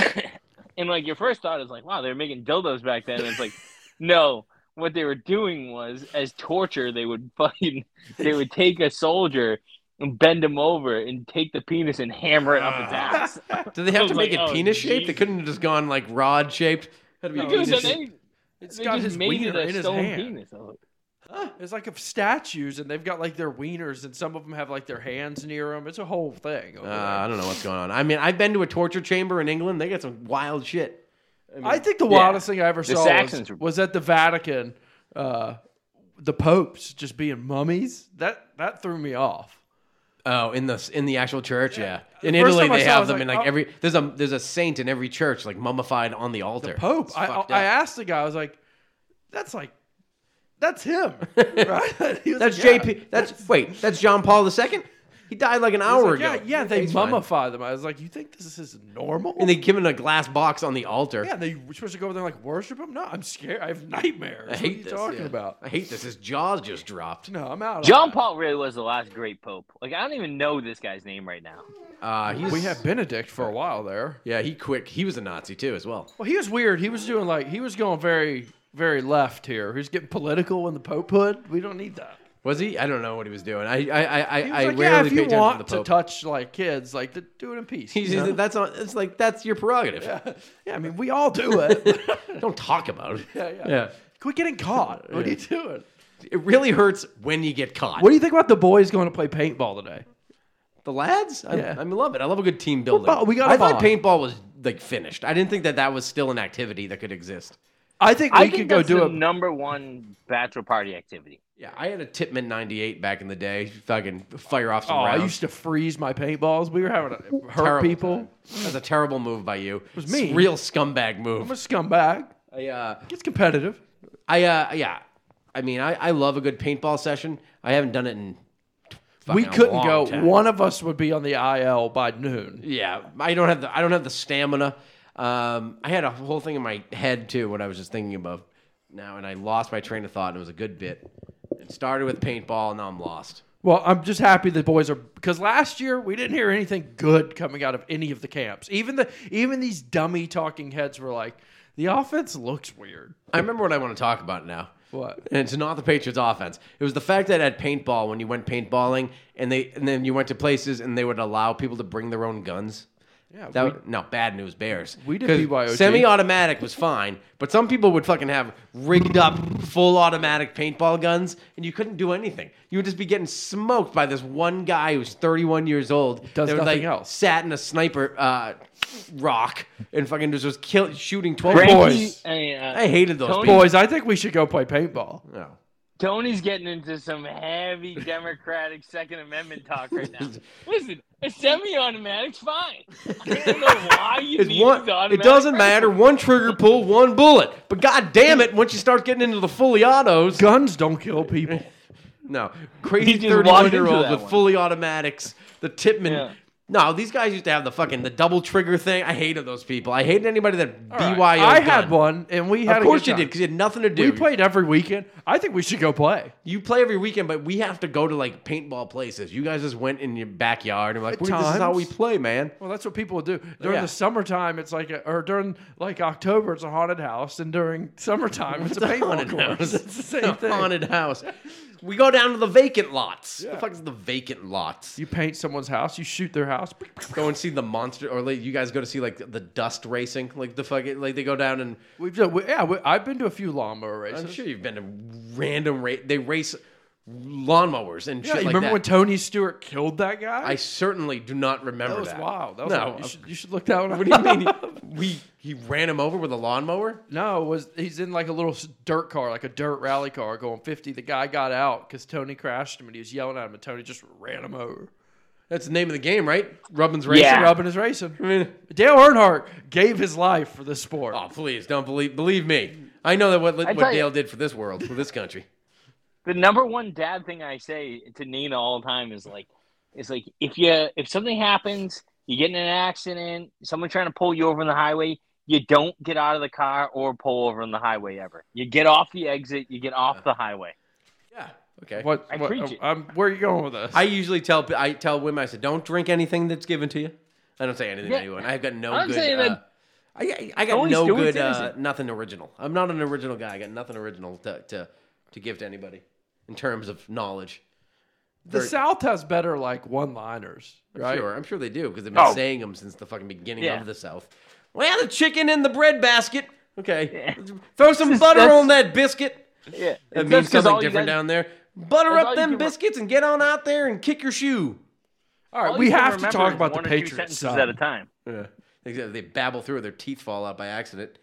S5: [laughs] and like your first thought is like, wow, they were making dildos back then. And it's like, no, what they were doing was as torture, they would fucking, they would take a soldier and bend him over and take the penis and hammer it
S4: Ah.
S5: up his
S4: [laughs]
S5: ass.
S3: Did they have to
S5: was
S3: make
S5: like,
S3: it
S5: oh,
S3: penis shaped? They
S5: Jesus.
S3: couldn't have just gone like rod shaped. Had to be
S5: They
S4: No,
S5: could've
S3: penis
S5: done
S3: shaped.
S5: any-
S4: it's
S5: they
S4: got
S5: just
S4: his
S5: made it
S4: wiener
S5: a
S4: in his
S5: stone
S4: hand.
S5: penis. I was like,
S4: It's like of statues, and they've got like their wieners, and some of them have like their hands near them. It's a whole thing. over
S3: Uh,
S4: there.
S3: I don't know what's going on. I mean, I've been to a torture chamber in England. They got some wild shit.
S4: I think the wildest thing I ever saw was,
S5: Saxons were-
S4: was at the Vatican. Uh, the popes just being mummies. That that threw me off.
S3: Oh, in the in the actual church, yeah.
S4: The
S3: In
S4: first
S3: Italy,
S4: time I
S3: they
S4: saw it, I
S3: have
S4: was
S3: them in
S4: like,
S3: like
S4: oh.
S3: every. There's a there's a saint in every church, like mummified on the altar.
S4: Pope.
S3: It's
S4: I,
S3: fucked
S4: I
S3: up.
S4: asked the guy. I was like, "That's like, that's him,
S3: [laughs]
S4: right?" [laughs] He was
S3: that's
S4: like, yeah.
S3: JP. That's wait. That's John Paul II. He died like an
S4: I was
S3: hour
S4: like, yeah,
S3: ago.
S4: yeah. They
S3: He's fine.
S4: mummify them. I was like, "You think this is normal?"
S3: and they give him a glass box on the altar.
S4: yeah, they were supposed to go over there and like worship him. No, I'm scared. I have nightmares.
S3: I hate
S4: what are you
S3: this.
S4: talking
S3: yeah.
S4: about?
S3: I hate this. His jaws just dropped.
S4: No, I'm out. on
S5: John
S4: that.
S5: Paul really was the last great pope. Like I don't even know this guy's name right now.
S3: Uh, he's,
S4: We had Benedict for a while there.
S3: Yeah, he quick. He was a Nazi too, as well.
S4: Well, he was weird. He was doing like he was going very, very left here. He was getting political in the popehood. We don't need that.
S3: Was he? I don't know what he was doing. I I I,
S4: He was
S3: I
S4: like,
S3: rarely
S4: yeah, if
S3: pay
S4: you
S3: attention
S4: want
S3: to the
S4: to
S3: Pope.
S4: touch like kids, like to do it in peace.
S3: He's-
S4: you know?
S3: he's- that's on. It's like that's your prerogative.
S4: [laughs] yeah, I mean, we all do it.
S3: [laughs] Don't talk about it.
S4: [laughs] Yeah, yeah.
S3: yeah.
S4: Quit getting caught. What are you doing?
S3: It really hurts when you get caught.
S4: What do you think about the boys going to play paintball today?
S3: The lads? I,
S4: Yeah.
S3: I love it. I love a good team building.
S4: ball- we got a
S3: I thought
S4: ball.
S3: paintball was like finished. I didn't think that that was still an activity that could exist.
S4: I think we
S5: I
S4: could
S5: think
S4: go
S5: that's
S4: do
S5: the
S4: it.
S5: number one bachelor party activity.
S3: Yeah, I had a Titman 98 back in the day. Fucking fire off some
S4: oh, I
S3: rounds.
S4: used to freeze my paintballs. We were having to hurt
S3: Terrible
S4: people.
S3: time. That was a terrible move by you. It
S4: was me.
S3: Real scumbag
S4: I'm a
S3: move.
S4: scumbag.
S3: I, uh,
S4: It's competitive.
S3: I, uh, yeah. I mean, I, I love a good paintball session. I haven't done it in. t-
S4: we
S3: fucking a
S4: couldn't
S3: long
S4: go.
S3: time.
S4: One of us would be on the IL by noon.
S3: Yeah, I don't have the I don't have the stamina. Um, I had a whole thing in my head too what I was just thinking about now, and I lost my train of thought, and it was a good bit. It started with paintball, and now I'm lost.
S4: Well, I'm just happy the boys are because last year we didn't hear anything good coming out of any of the camps. Even the even these dummy talking heads were like, the offense looks weird.
S3: I remember what I want to talk about now.
S4: What?
S3: And it's not the Patriots offense. It was the fact that at paintball, when you went paintballing, and they and then you went to places, and they would allow people to bring their own guns.
S4: Yeah,
S3: That
S4: we-
S3: would- no bad news bears.
S4: We did
S3: 'Cause
S4: BYOG.
S3: Semi-automatic was fine, but some people would fucking have rigged up full automatic paintball guns, and you couldn't do anything. You would just be getting smoked by this one guy who's 31 years old.
S4: Does
S3: that would,
S4: nothing
S3: like,
S4: else.
S3: Sat in a sniper uh, rock and fucking just was kill shooting 12
S5: Frankie,
S4: Boys.
S5: I, mean, uh,
S3: I hated those
S5: Tony-
S3: people.
S4: boys, I think we should go play paintball.
S3: No.
S5: Tony's getting into some heavy Democratic Second Amendment talk right
S3: [laughs]
S5: now. Listen, a semi-automatic's fine. I
S3: [laughs]
S5: don't know why you
S3: It's
S5: need
S3: one,
S5: the
S3: it
S5: automatic
S3: doesn't
S5: rifle.
S3: matter. One trigger pull, one bullet. But god damn it, once you start getting into the fully autos,
S4: Guns don't kill [laughs] people.
S3: no
S5: He
S3: crazy
S5: just walked
S3: thirty-one
S5: into
S3: year old
S5: that
S3: with
S5: one.
S3: fully automatics. The Tipman.
S5: Yeah.
S3: No, these guys used to have the fucking the double trigger thing. I hated those people. I hated anybody that
S4: All right.
S3: BYO.
S4: I
S3: gun.
S4: had one, and we had.
S3: Of
S4: a
S3: course
S4: good
S3: you
S4: time.
S3: did because you had nothing to do.
S4: We played every weekend. I think we should go play.
S3: You play every weekend, but we have to go to like paintball places. You guys just went in your backyard and were like,
S4: At
S3: "Wait, this is how
S4: times.
S3: we play, man.
S4: Well, that's what people would do during
S3: Yeah.
S4: the summertime. It's like, a, or during like October, it's a haunted house, and during [laughs] summertime, it's a paintball
S3: haunted
S4: course.
S3: house.
S4: It's
S3: [laughs]
S4: the [laughs] same
S3: A
S4: thing.
S3: Haunted house. We go down to the vacant lots. What
S4: Yeah.
S3: The fuck is the vacant lots?
S4: You paint someone's house, you shoot their house.
S3: go and see the monster, or like you guys go to see like the dust racing, like the fucking like they go down and
S4: We've done, we, yeah, we, I've been to a few lawnmower races.
S3: I'm sure you've been to random race. They race lawnmowers and
S4: Yeah,
S3: shit
S4: you
S3: like
S4: remember
S3: that.
S4: when Tony Stewart killed that guy?
S3: I certainly do not remember
S4: that
S3: that.
S4: was wild. That was
S3: no, [laughs]
S4: you, should, you should look that one up.
S3: what do you mean? [laughs]
S4: [laughs]
S3: we he ran him over with a lawnmower.
S4: No, it was he's in like a little s- dirt car, like a dirt rally car, going 50. The guy got out because Tony crashed him, and he was yelling at him, and Tony just ran him over.
S3: That's the name of the game, right? Rubbin's racing.
S5: Yeah.
S4: Rubbing his racing.
S3: I mean,
S4: Dale Earnhardt gave his life for this sport.
S3: oh please don't believe believe me. I know that what
S5: tell
S3: what
S5: you-
S3: Dale did for this world, for this country.
S5: the number one dad thing I say to Nina all the time is like, it's like if you if something happens, you get in an accident, someone trying to pull you over on the highway, you don't get out of the car or pull over on the highway ever. You get off the exit, you get off the highway.
S3: Yeah. Okay.
S4: What?
S5: I
S4: what-
S5: preach it.
S4: I'm- where are you going with this?
S3: I usually tell I tell women I said don't drink anything that's given to you. I don't say anything
S5: Yeah.
S3: to anyone. I've got no
S5: I'm
S3: good.
S5: saying
S3: uh,
S5: that-
S3: I- I, I got
S5: Tony
S3: no good.
S5: Stewart's
S3: Uh,
S5: innocent.
S3: nothing original. I'm not an original guy. I got nothing original to to, to give to anybody in terms of knowledge.
S4: the South has better like one-liners, right?
S3: Sure, I'm sure they do because they've been
S5: Oh.
S3: saying them since the fucking beginning
S5: Yeah.
S3: of the South. Well, the chicken in the bread basket. Okay, throw some butter
S5: that's-
S3: on that biscuit.
S5: Yeah,
S3: That
S5: That's
S3: means
S5: 'cause
S3: something
S5: all you
S3: different
S5: guys-
S3: down there. Butter
S5: that's all
S3: up
S5: you
S3: them
S5: can re-
S3: biscuits and get on out there and kick your shoe.
S4: All
S5: all
S4: right,
S5: you
S4: we
S5: can
S4: have to
S5: remember
S4: talk
S5: is
S4: about the
S5: one or two
S4: Patriots.
S5: sentences at a
S4: Son.
S5: time.
S3: Yeah. They, they babble through, their teeth fall out by accident.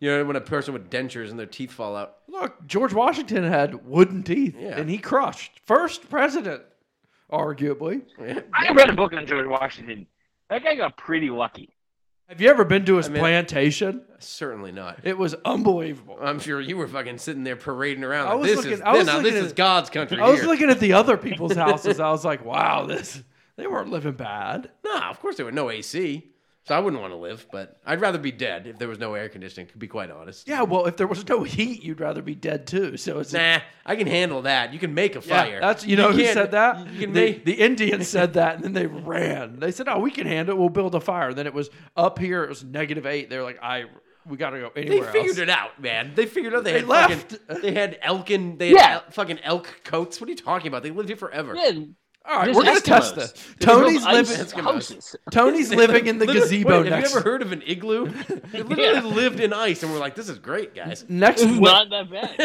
S3: You know, when a person with dentures and their teeth fall out.
S4: Look, George Washington had wooden teeth,
S3: Yeah.
S4: and he crushed first president, arguably.
S5: I read a book on George Washington. That guy got pretty lucky.
S4: Have you ever been to his
S3: mean-
S4: plantation?
S3: Certainly not.
S4: It was unbelievable.
S3: I'm sure you were fucking sitting there parading around.
S4: I
S3: like,
S4: was
S3: this
S4: looking-
S3: is,
S4: I was
S3: now
S4: looking
S3: this
S4: at-
S3: is God's country.
S4: I was
S3: here.
S4: looking at the other people's houses. I was like, wow, this they weren't living bad.
S3: Nah, of course there were no AC. So I wouldn't want to live, but I'd rather be dead if there was no air conditioning, to be quite honest.
S4: Yeah, well, if there was no heat, you'd rather be dead too. So it's
S3: Nah, I can handle that. You can make a
S4: Yeah,
S3: fire.
S4: That's you know who
S3: can't-
S4: said that?
S3: You can
S4: the,
S3: make,
S4: the Indians said that, and then they ran. They said, "Oh, we can handle it. We'll build a fire." Then it was up here. It was negative eight. They were like, "I we got to go
S3: They
S4: anywhere
S3: figured
S4: else.
S3: it out, man. They figured out they,
S4: They
S3: had Fucking,
S4: left.
S3: they had Elkin. They had
S5: Yeah.
S3: el- fucking elk coats. What are you talking about? They lived here forever.
S5: Yeah,
S4: All right,
S5: There's
S4: we're gonna test
S5: Eskimos.
S4: this.
S5: they built
S4: Tony's
S5: ice
S4: living.
S5: houses.
S4: Tony's
S5: [laughs]
S4: living in the
S3: Literally-
S4: gazebo
S3: wait, Have
S4: next.
S3: you ever heard of an
S4: [laughs]
S3: igloo? They literally lived in ice, and we're like, this is great, guys.
S4: next
S5: It's
S4: wi-
S5: not that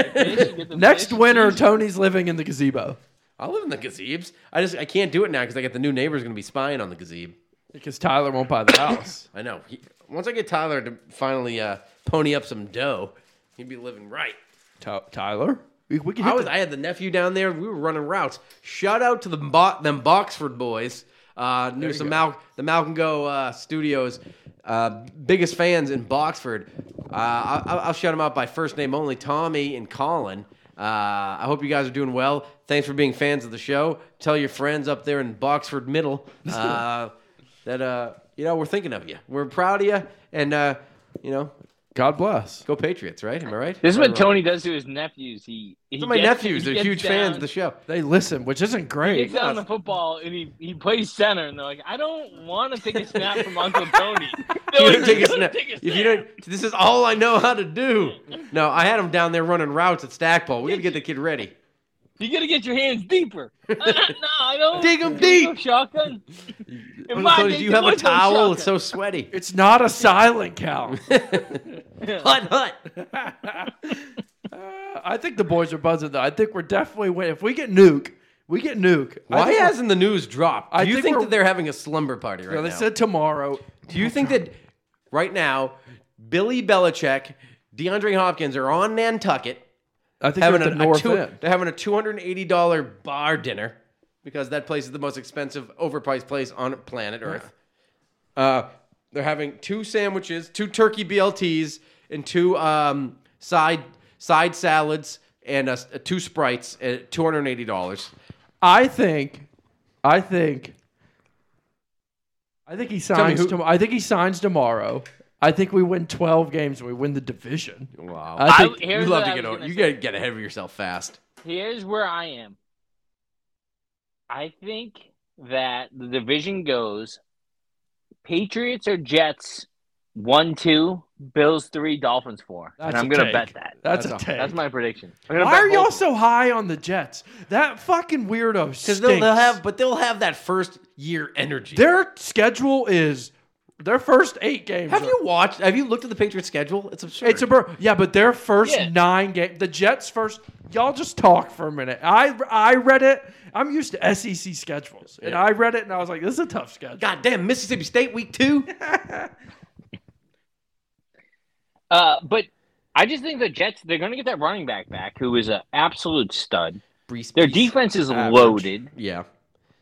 S3: [laughs]
S5: bad.
S4: next winter, Tony's living in the gazebo
S3: I'll live in the gazebes. I just I can't do it now because I got the new neighbor's gonna be spying on the gazebo.
S4: because Tyler won't buy the house.
S3: I know. He, once I get Tyler to finally uh, pony up some dough, he'd be living right.
S4: Ty- Tyler, we, we can.
S3: I
S4: Hit
S3: was
S4: the-
S3: I had the nephew down there. We were running routes. Shout out to the Bo- them Boxford boys. Uh, knew some Mal- the Malcolm Go uh, Studios. Uh, biggest fans in Boxford. Uh, I- I'll, I'll shout them out by first name only. Tommy and Colin. Uh, I hope you guys are doing well. Thanks for being fans of the show. Tell your friends up there in Boxford Middle
S5: [laughs]
S3: uh, that uh, you know we're thinking of you. We're proud of you, and uh, you know
S4: God bless.
S3: go Patriots, right? Am I right?
S5: This is
S3: Am I
S5: what
S3: wrong?
S5: Tony does to his nephews. He, he
S3: Some of my
S5: gets-
S3: nephews.
S5: he
S3: They're
S5: gets
S3: huge
S5: down-
S3: fans of the show.
S4: They listen, which isn't
S5: He
S4: great.
S5: gets on the football and he, he plays center and they're like, I don't want to take a snap
S3: [laughs]
S5: from Uncle Tony. They're
S3: you don't
S5: like, [laughs]
S3: take a
S5: "Don't
S3: snap.
S5: take a
S3: If you
S5: snap."
S3: don't, this is all I know how to do. No, I had him down there running routes at Stackpole. We gotta get the kid ready.
S5: You gotta get your hands
S3: [laughs]
S5: deeper. [laughs] I- I- no, I don't.
S3: Dig 'em
S5: there's
S3: deep. [laughs]
S5: No shotgun. In my
S3: So,
S5: day,
S3: do you
S5: there
S3: have a
S5: was no
S3: towel? It's
S5: shotgun.
S3: so sweaty.
S4: It's not a
S3: [laughs]
S4: silent count. Uh,
S3: Hut hut.
S4: I think the boys are buzzing though. I think we're definitely winning. If we get nuke, we get nuke. I
S3: Why
S4: think we're-
S3: hasn't the news dropped? Do
S4: I
S3: you
S4: think
S3: think,
S4: we're-
S3: that they're having a slumber party right
S4: Well, they
S3: now?
S4: said tomorrow?
S3: do you think that right now Billy Belichick, DeAndre Hopkins are on Nantucket
S4: I think
S3: having
S4: having
S3: a,
S4: the north
S3: a two-
S4: end.
S3: they're having a two hundred and eighty dollar bar dinner because that place is the most expensive, overpriced place on planet Earth. Uh, they're having two sandwiches, two turkey BLTs, and two um, side side salads and uh, two sprites at two hundred and eighty dollars.
S4: I think, I think, I think he
S3: me
S4: signs.
S3: who-
S4: tom- I think he signs tomorrow. I think we win twelve games. and We win the division.
S3: Wow,
S4: I think
S5: here's
S3: you love
S5: what
S3: to
S5: I
S3: get
S5: was
S3: over.
S5: gonna
S3: You
S5: say.
S3: gotta get ahead of yourself fast.
S5: Here's where I am. I think that the division goes Patriots or Jets one two, Bills three, Dolphins four.
S4: That's
S5: and I'm
S4: a
S5: gonna
S4: take.
S5: bet that.
S4: That's,
S3: That's
S4: a
S3: a-
S4: take.
S5: That's my prediction.
S4: Why are y'all so high on the Jets? That fucking weirdo.
S3: Because
S4: Because
S3: they'll, they'll have, but they'll have that first year energy.
S4: their schedule is their first eight games.
S3: have
S4: are-
S3: you watched? Have you looked at the Patriots schedule? It's absurd.
S4: It's a bro. Yeah, but their first
S5: Yeah.
S4: nine game, the Jets first. Y'all just talk for a minute. I I read it. I'm used to SEC schedules, and
S3: Yeah.
S4: I read it, and I was like, "This is a tough schedule."
S3: God damn, Mississippi State week two.
S5: Uh, but I just think the Jets they're gonna get that running back back who is an absolute stud.
S3: Brees,
S5: Their
S3: Brees.
S5: defense is
S4: average.
S5: loaded,
S3: [laughs] Yeah,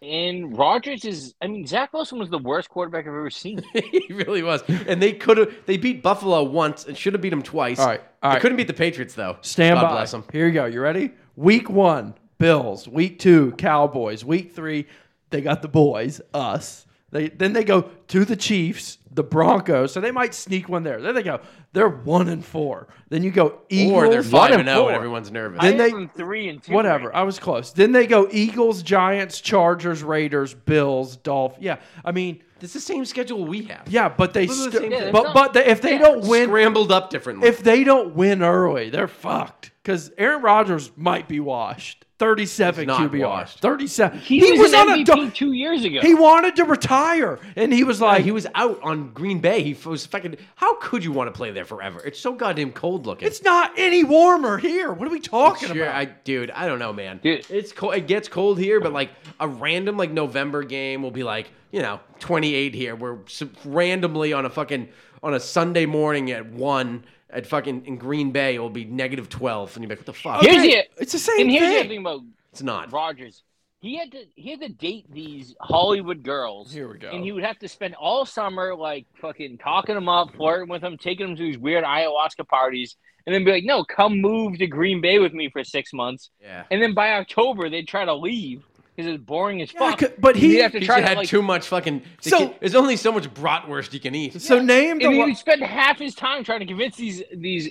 S5: and Rodgers is. I mean, Zach Wilson was the worst quarterback I've
S4: [laughs]
S5: ever seen.
S3: he really was. And they could have. They beat Buffalo once and should have beat them twice.
S4: All right, all
S3: They
S4: right.
S3: couldn't beat the Patriots though.
S4: Stand
S3: God
S4: by.
S3: Bless 'em.
S4: Here you go. You ready? Week one, Bills. Week two, Cowboys. Week three, they got the boys, us. They then they go to the Chiefs, the Broncos. So they might sneak one there. There they go. They're one and four. Then you go Eagles.
S3: Or they're
S4: one
S3: five and zero,
S4: four.
S3: and everyone's nervous.
S5: I
S4: Then
S5: have
S4: they-
S5: them three and two.
S4: Whatever. I was close. Then they go Eagles, Giants, Chargers, Raiders, Bills, Dolphins. Yeah. I mean,
S3: it's the same schedule we have.
S4: yeah, but they
S3: Those are the
S4: still
S3: same Yeah, things.
S4: but
S5: it's
S4: but they, if they
S5: yeah,
S4: don't win
S3: scrambled up differently.
S4: if they don't win early, they're fucked. Because Aaron Rodgers might be washed. Thirty-seven
S3: He's not
S4: QBR.
S3: washed.
S4: Thirty-seven.
S5: He, was, an MVP
S4: do-
S5: two years ago.
S4: He wanted to retire, and he was like,
S3: he was out on Green Bay. He was fucking. How could you want to play there forever? It's so goddamn cold looking.
S4: "It's not any warmer here. What are we talking
S3: Sure,
S4: about?"
S3: I, dude, I don't know, man.
S5: Dude.
S3: It's cold. It gets cold here, but like a random like November game will be like you know 28 here. We're s- randomly on a fucking on a Sunday morning at one at fucking in Green Bay it will be negative 12, and you're like, what the fuck?
S5: Here's the-
S4: it's the same
S5: and here's the other
S4: thing.
S5: thing about
S3: It's not.
S5: Rodgers. He had to he had to date these Hollywood girls.
S4: Here we go.
S5: And he would have to spend all summer like fucking talking them up, flirting with them, taking them to these weird ayahuasca parties, and then be like, "No, come move to Green Bay with me for six months."
S3: Yeah.
S5: And then by October, they'd try to leave because it's boring as
S4: Yeah,
S5: fuck.
S4: c- but
S5: He'd
S4: he-
S5: have to
S3: He
S5: try
S3: just
S5: to
S3: had
S5: like,
S3: too much fucking. they
S4: So-
S3: can- there's only so much bratwurst you can eat.
S4: So name the
S5: and
S4: one.
S5: he'd spend half his time trying to convince these these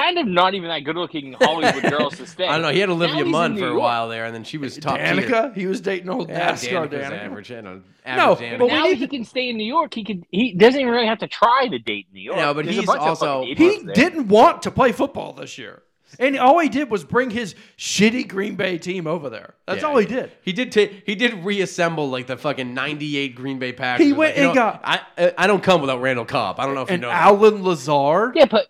S5: kind of not even that good looking
S3: [laughs]
S5: Hollywood girls to stay.
S3: I don't know. He had
S5: Now
S3: Olivia
S5: he's in
S3: Munn
S5: New
S3: for a
S5: York.
S3: while there, and then she was top tier.
S4: Danica? He was dating old
S3: Yeah,
S4: NASCAR
S3: Danica's
S4: Danica.
S3: average. I don't know,
S4: No,
S3: average
S4: but
S3: Danica.
S4: we
S5: now
S4: need
S5: he can stay in New York. He could. He doesn't even really have to try to date in New York.
S3: No, but
S5: There's a
S3: he's
S5: bunch of
S3: also-
S5: fucking
S4: He
S5: idiots there.
S4: didn't want to play football this year. And all he did was bring his shitty Green Bay team over there. That's
S3: Yeah.
S4: all he did.
S3: He did. ta- he did reassemble like the fucking '98 Green Bay Packers.
S4: He
S3: Like,
S4: went
S3: you
S4: and
S3: know,
S4: got-
S3: I, I I don't come without Randall Cobb. I don't know if you
S4: And
S3: know.
S4: Alan Lazard.
S5: Yeah, but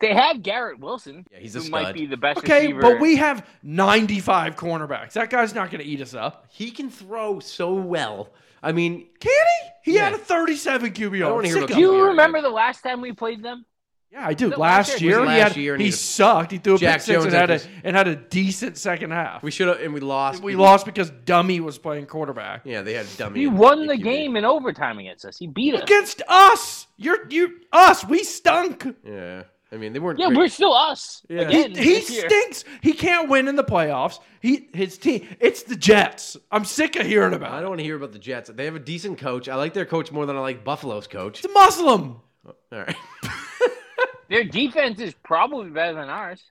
S5: they have Garrett Wilson.
S3: Yeah, he's a
S5: who
S3: stud.
S5: might be the best
S4: Okay,
S5: receiver.
S4: but we have 95 cornerbacks. That guy's not going to eat us up.
S3: he can throw so well. I mean,
S4: Can he? He had
S3: Yeah.
S4: a 37
S3: I
S4: QBR.
S3: don't wanna hear
S4: Sick
S3: about
S5: Do
S4: of-
S3: Cobb.
S5: you remember the last time we played them?
S4: yeah, I do.
S5: that
S4: Last,
S5: last year?
S4: year,
S3: Was it
S4: he,
S3: last
S4: had,
S3: year and
S4: he
S3: he-
S4: sucked. He threw a
S3: Jack
S4: pick six
S3: Jones
S4: and had, a,
S3: had
S4: and had a decent second half.
S3: we
S4: We,
S3: should have and we lost.
S4: lost because Dummy was playing quarterback.
S3: Yeah, they had dummy.
S5: He won the game in overtime against us. He beat us.
S4: Against us. You're, you, us. We stunk.
S3: Yeah, I mean they weren't.
S5: Yeah,
S3: great.
S5: we're still us.
S3: Yeah.
S5: Again,
S4: He
S5: this year.
S4: stinks. He can't win in the playoffs. He his team. It's the Jets. I'm sick of hearing about.
S3: I
S4: I
S3: don't want to hear about the Jets. They have a decent coach. I like their coach more than I like Buffalo's
S4: [laughs]
S3: coach.
S4: It's a Muslim.
S3: All right. [laughs]
S5: Their defense is probably better than ours.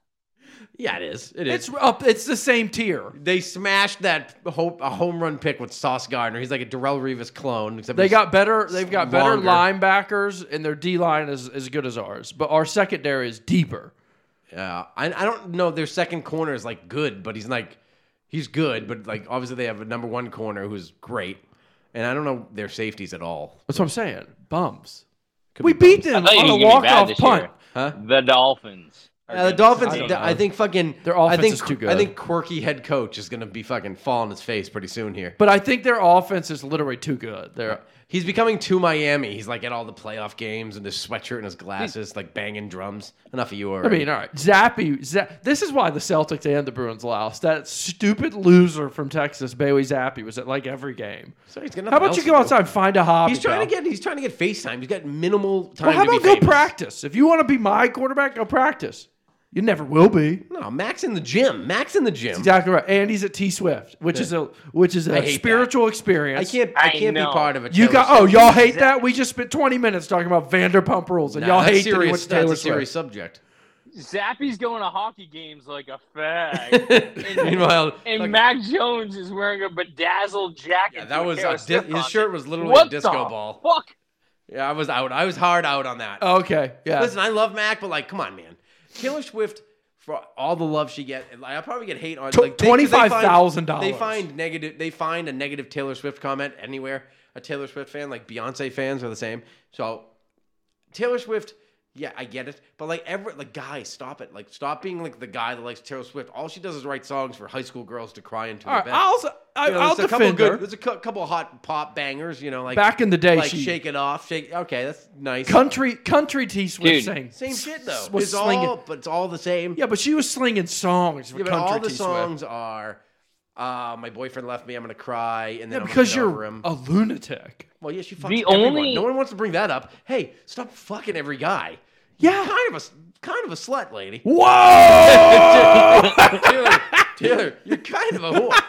S3: yeah, it is. It is.
S4: It's up. It's the same tier.
S3: they smashed that ho- a home run pick with Sauce Gardner. He's like a Darrell Revis clone. Except
S4: They
S3: he's-
S4: got better. They've got better
S3: Longer.
S4: linebackers, and their D line is as good as ours. But our secondary is deeper.
S3: Yeah, Uh, I, I don't know. Their second corner is like good, but he's like he's good, but like obviously they have a number one corner who's great, and I don't know their safeties at all.
S4: That's what I'm saying. Bums.
S3: Could
S4: we
S3: be
S4: beat them
S5: I thought
S4: on
S5: you
S4: a
S5: were gonna be
S4: walk
S5: bad
S4: off
S5: this
S4: punt.
S5: year.
S3: Huh?
S5: The Dolphins. are
S3: Yeah, the
S5: gonna
S3: Dolphins.
S5: suck.
S3: I, think fucking
S4: Their offense
S3: I think,
S4: is too good.
S3: I think quirky head coach is gonna be fucking fall on his face pretty soon here.
S4: But I think their offense is literally too good. They're
S3: He's becoming too Miami. He's like at all the playoff games and his sweatshirt and his glasses, like banging drums. Enough of you
S4: I
S3: already.
S4: mean, all right, Zappy. Za- this is why the Celtics and the Bruins lost. That stupid loser from Texas, Bailey Zappy, was at like every game.
S3: So he's got
S4: How
S3: nothing
S4: about
S3: else
S4: you
S3: to
S4: go
S3: do.
S4: outside and find a hobby?
S3: He's trying to
S4: pal?
S3: get. He's trying to get FaceTime. He's got minimal time.
S4: Well, how
S3: to be
S4: about go
S3: famous.
S4: practice? If you want to be my quarterback, go practice. You never will be.
S3: No, Max in the gym. Max in the gym.
S4: Exactly right. And he's at T Swift, which is a which is
S3: I
S4: a
S3: hate
S4: spiritual
S3: I
S4: experience.
S3: can't. I,
S5: I
S3: can't
S5: know.
S3: be part of it.
S4: You got oh y'all hate that? We just spent twenty minutes talking about Vanderpump Rules, and y'all hate that he went
S3: serious.
S4: to Taylor
S3: That's a serious
S4: Swift.
S3: subject.
S5: Zappy's going to hockey games like a
S3: [laughs] [laughs]
S5: fag.
S3: Meanwhile,
S5: and
S3: like,
S5: Mac Jones is wearing a bedazzled jacket.
S3: yeah,
S5: to
S3: that
S5: a
S3: was
S5: Taylor
S3: a di-
S5: Swift
S3: his
S5: concert.
S3: shirt was literally
S5: what
S3: a disco
S5: the
S3: ball. [laughs]
S5: Fuck.
S3: Yeah, I was out. I was hard out on that.
S4: Okay, yeah.
S3: Listen, I love Mac, but like, come on, man. Taylor Swift for all the love she gets, like, I probably get hate on
S4: Tw-
S3: like, they- 'cause they find-
S4: $25,000.
S3: They find negative. They find a negative Taylor Swift comment anywhere. A Taylor Swift fan, like Beyonce fans, are the same. So Taylor Swift, yeah, I get it, but like every like guys, stop it. Like stop being like the guy that likes Taylor Swift. All she does is write songs for high school girls to cry into.
S4: All
S3: their
S4: right,
S3: bed.
S4: I'll I,
S3: You know,
S4: I'll
S3: there's a couple
S4: defend
S3: good,
S4: her.
S3: There's a cou- couple hot pop bangers, you know, like
S4: Back in the day,
S3: like
S4: she
S3: shake it off, shake. Okay, that's nice.
S4: country country T Swift
S5: Dude.
S4: sang
S3: Same shit though.
S4: Was
S3: it's
S4: slinging.
S3: all, but it's all the same.
S4: Yeah, but she was slinging songs for
S3: Yeah, but
S4: country
S3: all the
S4: T Swift.
S3: songs are. Uh, my boyfriend left me. I'm gonna cry, and then
S4: Yeah,
S3: I'm gonna
S4: because
S3: get
S4: you're
S3: over him.
S4: a lunatic.
S3: Well, yeah, she fucks
S5: The
S3: everyone.
S5: only-
S3: No one wants to bring that up. Hey, stop fucking every guy.
S4: Yeah.
S3: kind of a kind of a slut, lady. [laughs]
S4: Whoa!
S3: Taylor, Taylor, you're kind of a whore.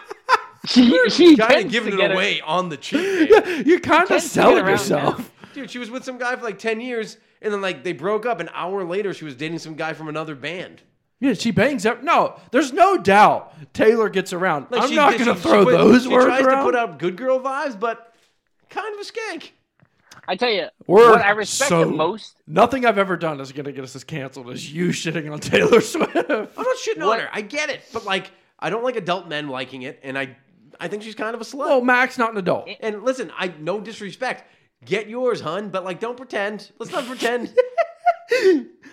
S5: She, she
S3: Kind of
S5: tends
S3: giving
S5: to
S3: it
S5: get a-
S3: away on the cheap. man.
S4: yeah, you're kind of
S5: Tends to get
S4: selling
S5: around
S4: yourself.
S5: now.
S3: Dude, she was with some guy for like ten years, and then like they broke up. An hour later, she was dating some guy from another band.
S4: Yeah, she bangs up. No, there's no doubt Taylor gets around.
S3: Like,
S4: I'm
S3: she-
S4: not
S3: she-
S4: going to
S3: she
S4: throw
S3: quit-
S4: those
S3: she
S4: words
S3: tries
S4: around.
S3: to put out good girl vibes, but kind of a skank.
S5: I tell you,
S4: We're
S5: what I respect
S4: so-
S5: the most.
S4: Nothing I've ever done is going to get us as canceled as you shitting on Taylor Swift.
S3: I'm not shitting
S5: What-
S3: on her. I get it, but like, I don't like adult men liking it, and I, I think she's kind of a slut.
S4: well, Mac's not an adult.
S3: and listen, I no disrespect. Get yours, hun, but like, don't pretend. Let's not
S4: [laughs]
S3: pretend.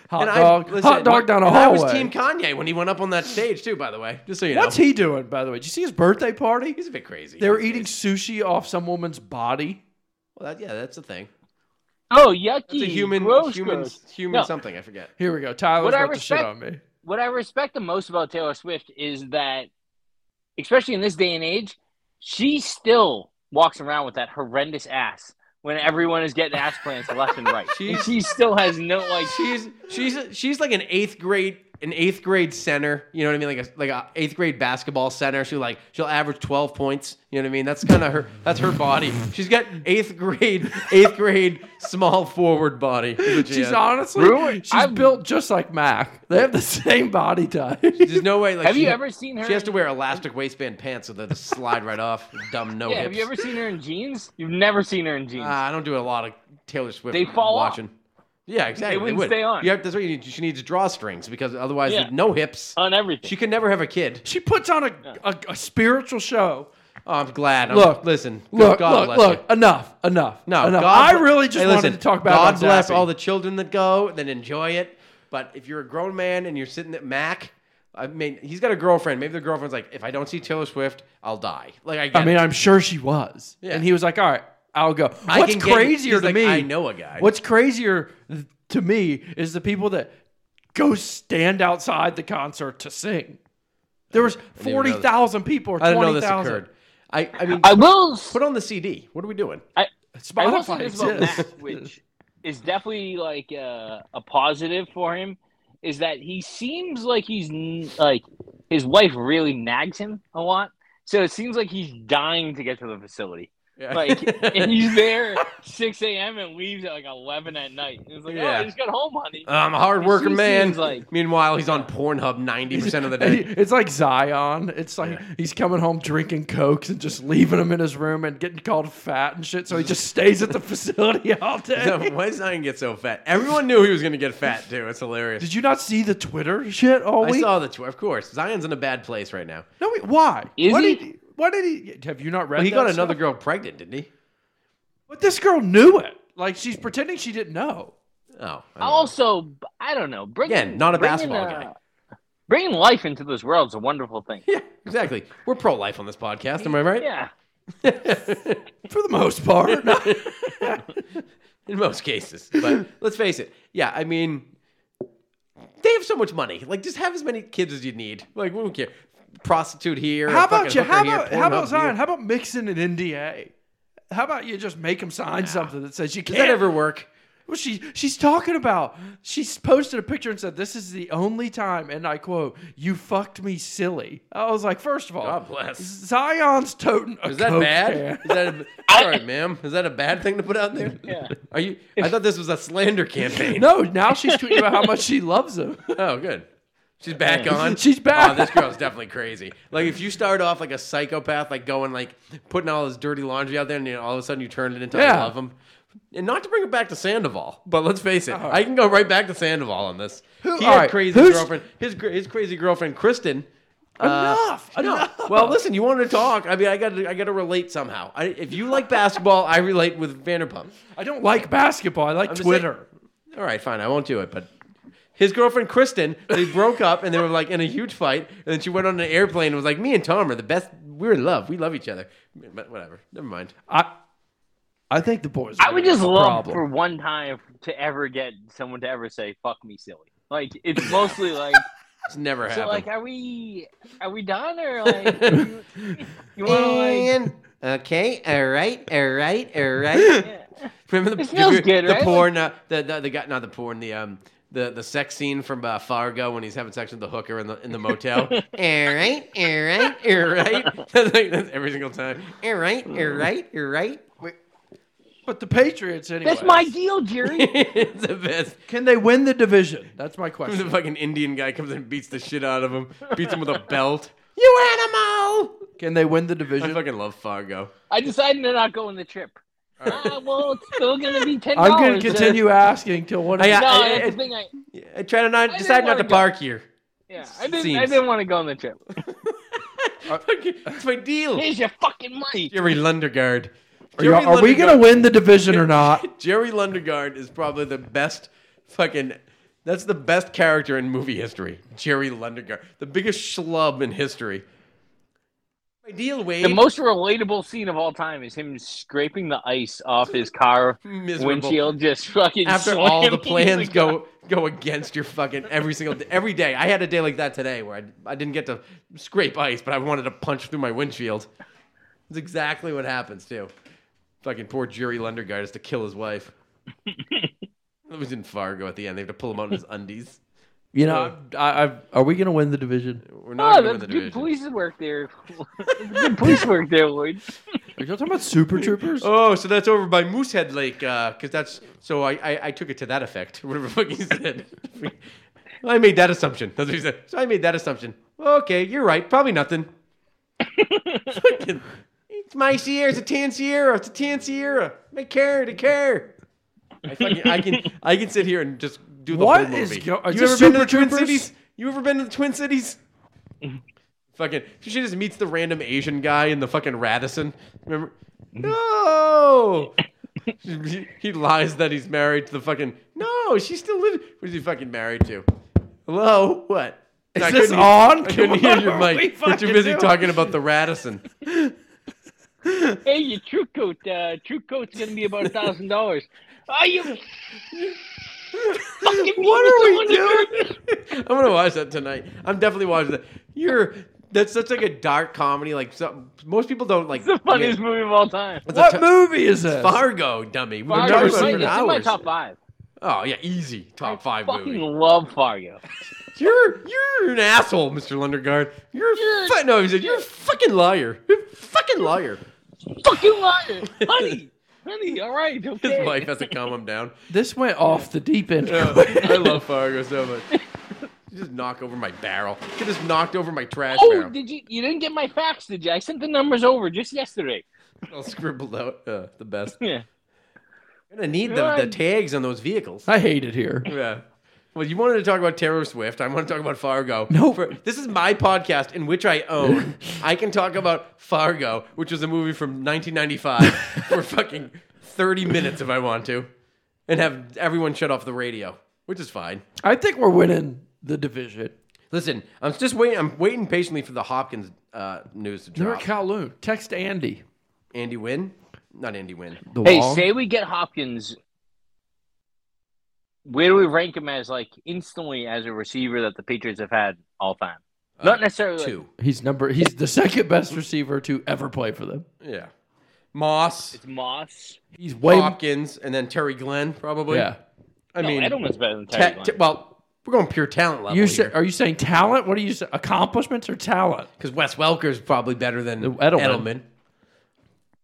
S4: Hot
S3: and
S4: dog,
S3: I, listen,
S4: hot dog down a
S3: and
S4: hallway.
S3: I was Team Kanye when he went up on that stage too. By the way, just so you
S4: What's
S3: know,
S4: he doing, by the way? Did you see his birthday party?
S3: he's a bit crazy.
S4: They were
S3: He's-
S4: eating sushi off some woman's body.
S3: Well, that, yeah, that's the thing.
S5: Oh, yucky.
S3: It's a human,
S5: gross,
S3: human,
S5: gross.
S3: human
S5: No.
S3: something. I forget.
S4: Here we go. Tyler's
S5: What I
S4: about to shit
S5: respect-
S4: on me.
S5: What I respect the most about Taylor Swift is that, especially in this day and age, she still walks around with that horrendous ass when everyone is getting
S3: [laughs]
S5: ass plants left and right. And
S3: She's-
S5: she still has no like.
S3: She's she's she's like an eighth grade an eighth grade center. You know what I mean? Like a like a eighth grade basketball center. She like she'll average twelve points. You know what I mean? That's kind of her. That's her body. She's got eighth grade [laughs] eighth grade small forward body. is what she
S4: She's
S3: has.
S4: honestly,
S5: Really?
S4: she's
S5: I've-
S4: built just like Mac. They have the [laughs] same body type.
S3: There's no way. Like
S5: Have
S3: she-
S5: you ever seen her?
S3: She has to
S5: in-
S3: wear elastic waistband pants so they'll just slide right off. Dumb no
S5: Yeah, have
S3: hips.
S5: you ever seen her in jeans? You've never seen her in jeans.
S3: Uh, I don't do a lot of Taylor Swift.
S5: They fall off.
S3: watching. Yeah, exactly.
S5: wouldn't
S3: would.
S5: stay on.
S3: You have- that's what you need. She needs drawstrings because otherwise,
S5: Yeah.
S3: with no hips.
S5: on everything.
S3: She can never have a kid.
S4: She puts on a, a, a spiritual show.
S3: Oh, I'm glad. I'm-
S4: Look,
S3: listen.
S4: Look,
S3: God
S4: look,
S3: bless
S4: look.
S3: you.
S4: Enough, enough.
S3: No,
S4: enough.
S3: God,
S4: I
S3: bl-
S4: really just
S3: Hey,
S4: wanted
S3: listen,
S4: to talk about
S3: God bless
S4: Zappy.
S3: all the children that go, then enjoy it. But if you're a grown man and you're sitting at Mac, I mean, he's got a girlfriend. Maybe the girlfriend's like, if I don't see Taylor Swift, I'll die. Like I, get
S4: I mean,
S3: it.
S4: I'm sure she was.
S3: Yeah.
S4: And he was like, all right, I'll go.
S3: I
S4: What's
S3: can get-
S4: crazier
S3: he's
S4: to
S3: like,
S4: me?
S3: I know a guy.
S4: What's crazier th- to me is the people that go stand outside the concert to sing. There was
S3: didn't know this.
S4: 40,000 people or
S3: I didn't know this
S4: 20,000.
S3: occurred. I,
S4: [laughs]
S3: I mean,
S5: I will.
S3: put on the CD. What are we doing?
S5: I, I will say
S4: Spotify
S5: this about
S4: exists.
S5: Matt, which is definitely like uh, a positive for him, is that he seems like he's n- like his wife really nags him a lot. So it seems like he's dying to get to the facility.
S3: Yeah.
S5: [laughs] Like, and he's there 6 a.m. and leaves at like 11 at night. And it's like, oh,
S3: Yeah. Uh,
S5: I just got home, honey.
S3: [laughs] I'm a hard worker,
S5: She
S3: man.
S5: seems like-
S3: Meanwhile, he's on Pornhub 90%
S4: [laughs]
S3: of the day. [laughs]
S4: It's like Zion. It's like he's coming home drinking cokes and just leaving them in his room and getting called fat and shit. So he just stays at the [laughs] facility all
S3: So
S4: day.
S3: Why does Zion get so fat? Everyone knew he was going to get fat, too. It's hilarious.
S4: Did you not see the Twitter shit all
S3: I
S4: week?
S3: saw the tour. Of course, Zion's in a bad place right now.
S4: No, wait, why?
S5: Is
S4: why
S5: he?
S4: Did he? Why did he? Have you not read?
S3: Well, he
S4: that
S3: got
S4: stuff?
S3: another girl pregnant, didn't he?
S4: But this girl knew it. Like she's pretending she didn't know.
S3: Oh, I don't know. [laughs]
S5: Also, I don't know. Bringing,
S3: Again, not a
S5: bringing,
S3: basketball
S5: uh,
S3: guy.
S5: Bringing life into this world is a wonderful thing.
S3: yeah, exactly. We're pro life on this podcast. Am I right?
S5: Yeah.
S4: For the
S3: [laughs]
S4: most part,
S3: in most cases. But let's face it. Yeah, I mean, they have so much money. Like, just have as many kids as you need. Like, we don't care. Prostitute here.
S4: [laughs] how
S3: a fucking
S4: about you?
S3: hooker
S4: How
S3: here,
S4: about how
S3: Pornhub
S4: about
S3: here.
S4: Zion? How about mixing an NDA? How about you just make him sign something that says you
S3: Does
S4: can't?
S3: that ever work?
S4: Well, she she's talking about. She's posted a picture and said, "This is the only time," and I quote, "You fucked me silly." I was like, first of all,
S3: God bless.
S4: Zion's toting a
S3: Is that
S4: Coke
S3: bad?
S4: can.
S3: Is that a, sorry, ma'am? Is that a bad thing to put out there?
S5: Yeah.
S3: Are you? I thought this was a slander campaign.
S4: No, now she's tweeting about how much she
S3: [laughs]
S4: loves him.
S3: Oh, good. She's back
S5: Yeah.
S3: on.
S4: Uh, [laughs] She's back.
S3: Oh, this girl's definitely crazy. Like if you start off like a psychopath, like going like putting all this dirty laundry out there, and then all of a sudden you turn it into I
S4: Yeah.
S3: love him. And not to bring it back to Sandoval, but let's face it, I can go right back to Sandoval on this. he
S4: Uh-huh. all
S3: had
S4: right,
S3: crazy
S4: who's-
S3: girlfriend. His cra- his crazy girlfriend Kristen.
S4: Enough,
S3: No.
S4: enough.
S3: Well, listen. You wanted to talk. I mean, I got to I got to relate somehow. I, if you like basketball, I relate with Vanderpump.
S4: I don't like basketball. I like
S3: just
S4: Twitter.
S3: All right, fine, I won't do it. But his girlfriend Kristen, they broke up and they were like in a huge fight. And then she went on an airplane and was like, "Me and Tom are the best. We're in love. We love each other." But whatever, never mind.
S4: I I think the boys.
S5: I would just
S4: a
S5: love
S4: problem.
S5: for one time to ever get someone to ever say "fuck me, silly." Like it's
S3: [laughs]
S5: mostly like,
S3: It's never
S5: so
S3: happened.
S5: like, are we are we done or like you, you
S3: [laughs]
S5: want to like?
S3: okay, all right, all right, all right.
S5: Yeah.
S3: Remember the,
S5: It smells
S3: the,
S5: good,
S3: the
S5: right?
S3: porn, uh, the, the the guy, not the porn, the um. The, the sex scene from uh, Fargo when he's having sex with the hooker in the in the
S5: [laughs]
S3: motel. all right, all right, all right. [laughs] That's like- that's every single time. All right, all
S5: Mm.
S3: right, all right. [laughs]
S4: But the Patriots anyway.
S5: That's my deal, Jerry.
S3: it's the best.
S4: Can they win the division? That's my
S3: The [laughs]
S4: question.
S3: fucking Indian guy comes in and beats the shit out of him, beats him with
S5: [laughs]
S3: a belt. You animal!
S4: Can they win the
S3: I
S4: division?
S3: fucking love Fargo.
S5: I decided to not go on the trip. Ah, well, it's still
S3: [laughs]
S5: gonna be ten.
S4: I'm going
S5: dollars
S4: to
S5: uh,
S4: continue asking till one.
S3: I-
S5: No,
S3: I-
S5: that's
S3: I-
S5: the thing. I
S3: I try to not
S5: didn't
S3: decide not
S5: wanna
S3: to
S5: go.
S3: bark here.
S5: yeah, I didn't. I
S3: Seems.
S5: didn't want to go on the trip.
S3: [laughs] Fucking- it's my deal.
S5: Here's your fucking money.
S3: Uh, Jerry Lundegaard.
S4: are, you- are we going to win the division or not?
S3: Jerry Lundegaard is probably the best fucking. That's the best character in movie history. Jerry Lundegaard, the biggest schlub in history. My deal, Wade.
S5: The most relatable scene of all time is him scraping the ice off his car
S3: [laughs] Miserable.
S5: windshield, just fucking [laughs]
S3: after all the
S5: slamming
S3: plans
S5: the
S3: go go against your fucking every single day, every day. I had a day like that today where I, I didn't get to scrape ice, but I wanted to punch through my windshield. That's exactly what happens too. Fucking poor Jerry Lundergaard has to
S5: [laughs]
S3: kill his wife. it was in Fargo at the end. They have to pull him out in his undies.
S4: You know, I, I, are we going to win the division?
S3: We're not
S5: Oh,
S3: going
S5: that's
S3: to the
S5: good
S3: division.
S5: police work there. [laughs] good police work there, Lloyd.
S4: Are you talking about [laughs] Super Troopers?
S3: Oh, so that's over by Moosehead Lake, because that's so. I, I I took it to that effect. [laughs] Whatever the fuck he said. [laughs] I made that assumption. That's what he said. So I made that assumption. Okay, you're right. Probably
S4: [laughs]
S3: nothing. Fucking- it's my Sierra. It's a tan Sierra. It's a tan Sierra. They care. They care. I, fucking, I can I can sit here and just do the
S4: What
S3: whole movie.
S4: is go- are
S3: you
S4: you
S3: ever been to
S4: Super
S3: the Twin
S4: Troopers?
S3: Cities? You ever been to the Twin
S4: [laughs]
S3: Cities? Fucking, she just meets the random Asian guy in the fucking Radisson. Remember? No. he, he lies that he's married to the fucking. No, she's still living. Who's he fucking married to? Hello, what? Is
S4: this on?
S3: I couldn't
S4: Come
S3: hear
S4: on,
S3: your
S4: what are we
S3: mic. We're too
S4: fucking
S3: busy
S4: doing?
S3: talking about the Radisson.
S5: Hey, your true coat. Uh, true coat's gonna be about a thousand dollars. Are you? Fucking
S3: What are we doing? [laughs] I'm gonna watch that tonight. I'm definitely watching that. You're that's such like a dark comedy. Like some, most people don't like.
S5: It's the funniest movie of all time.
S3: It's a
S4: what
S3: t-
S4: movie is this?
S3: Fargo, dummy. We've been
S5: Fargo,
S3: talking
S5: it's
S3: about
S5: my-
S3: it
S5: it's
S3: for
S5: in my
S3: hours.
S5: top five.
S3: Oh yeah, easy top five
S5: Fucking
S3: movie.
S5: love Fargo.
S3: You're you're an asshole, Mr. Lundergaard. You're
S5: You're-
S3: fu- no, he said you're a fucking liar. You're a fucking liar.
S5: Fucking liar,
S3: [laughs]
S5: honey, honey. All right,
S3: His
S5: okay.
S3: wife has to calm him
S5: [laughs]
S3: down.
S4: This went off the deep end.
S3: Oh, I love Fargo so much. You just knock over my barrel. You just knocked over my trash
S5: Oh,
S3: barrel.
S5: did you? You didn't get my fax, did you? I sent the numbers over just yesterday. [laughs]
S3: I'll scribble out uh, the best.
S5: Yeah.
S3: You're gonna need the, the
S5: Good.
S3: tags on those vehicles.
S4: I hate it here.
S3: Yeah. Well, you wanted to talk about Taylor Swift. I want to talk about Fargo.
S4: No.
S3: For- this is my podcast in which I own.
S4: [laughs]
S3: I can talk about Fargo, which was a movie from
S4: [laughs]
S3: 1995, for fucking 30 minutes if I want to, and have everyone shut off the radio, which is fine.
S4: I think we're winning the division.
S3: Listen, I'm just waiting. I'm waiting patiently for the Hopkins uh, news to
S4: They're at
S3: drop.
S4: Kowloon. Text Andy.
S3: Andy Wynn, not Andy Wynn.
S4: The
S5: Hey,
S4: wall.
S5: say we get Hopkins. Where do we rank him as like instantly as a receiver that the Patriots have had all time? Not necessarily like,
S3: Uh, Two.
S4: he's number. He's the second best receiver to ever play for them.
S3: Yeah. Moss,
S5: it's Moss.
S4: He's way.
S3: Hopkins, and then Terry Glenn probably.
S4: yeah.
S3: I
S5: No,
S3: mean,
S5: Edelman's better than
S3: te-
S5: Terry.
S3: te-
S5: Glenn.
S3: well, we're going pure talent level.
S4: You
S3: here.
S4: say, are you saying talent? What are you saying? Accomplishments or talent?
S3: Because Wes Welker's probably better than Edelman.
S4: Edelman.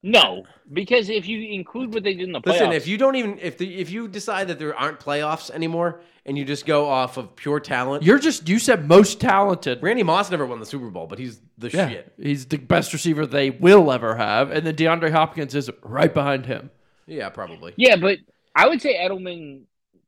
S5: no, because if you include what they did in the playoffs,
S3: Listen, if you don't even if the, if you decide that there aren't playoffs anymore and you just go off of pure talent,
S4: You're just. You said most talented.
S3: Randy Moss never won the Super Bowl, but he's the
S4: Yeah,
S3: shit.
S4: he's the best receiver they will ever have, and then DeAndre Hopkins is right behind him.
S3: Yeah, probably.
S5: yeah, but I would say Edelman,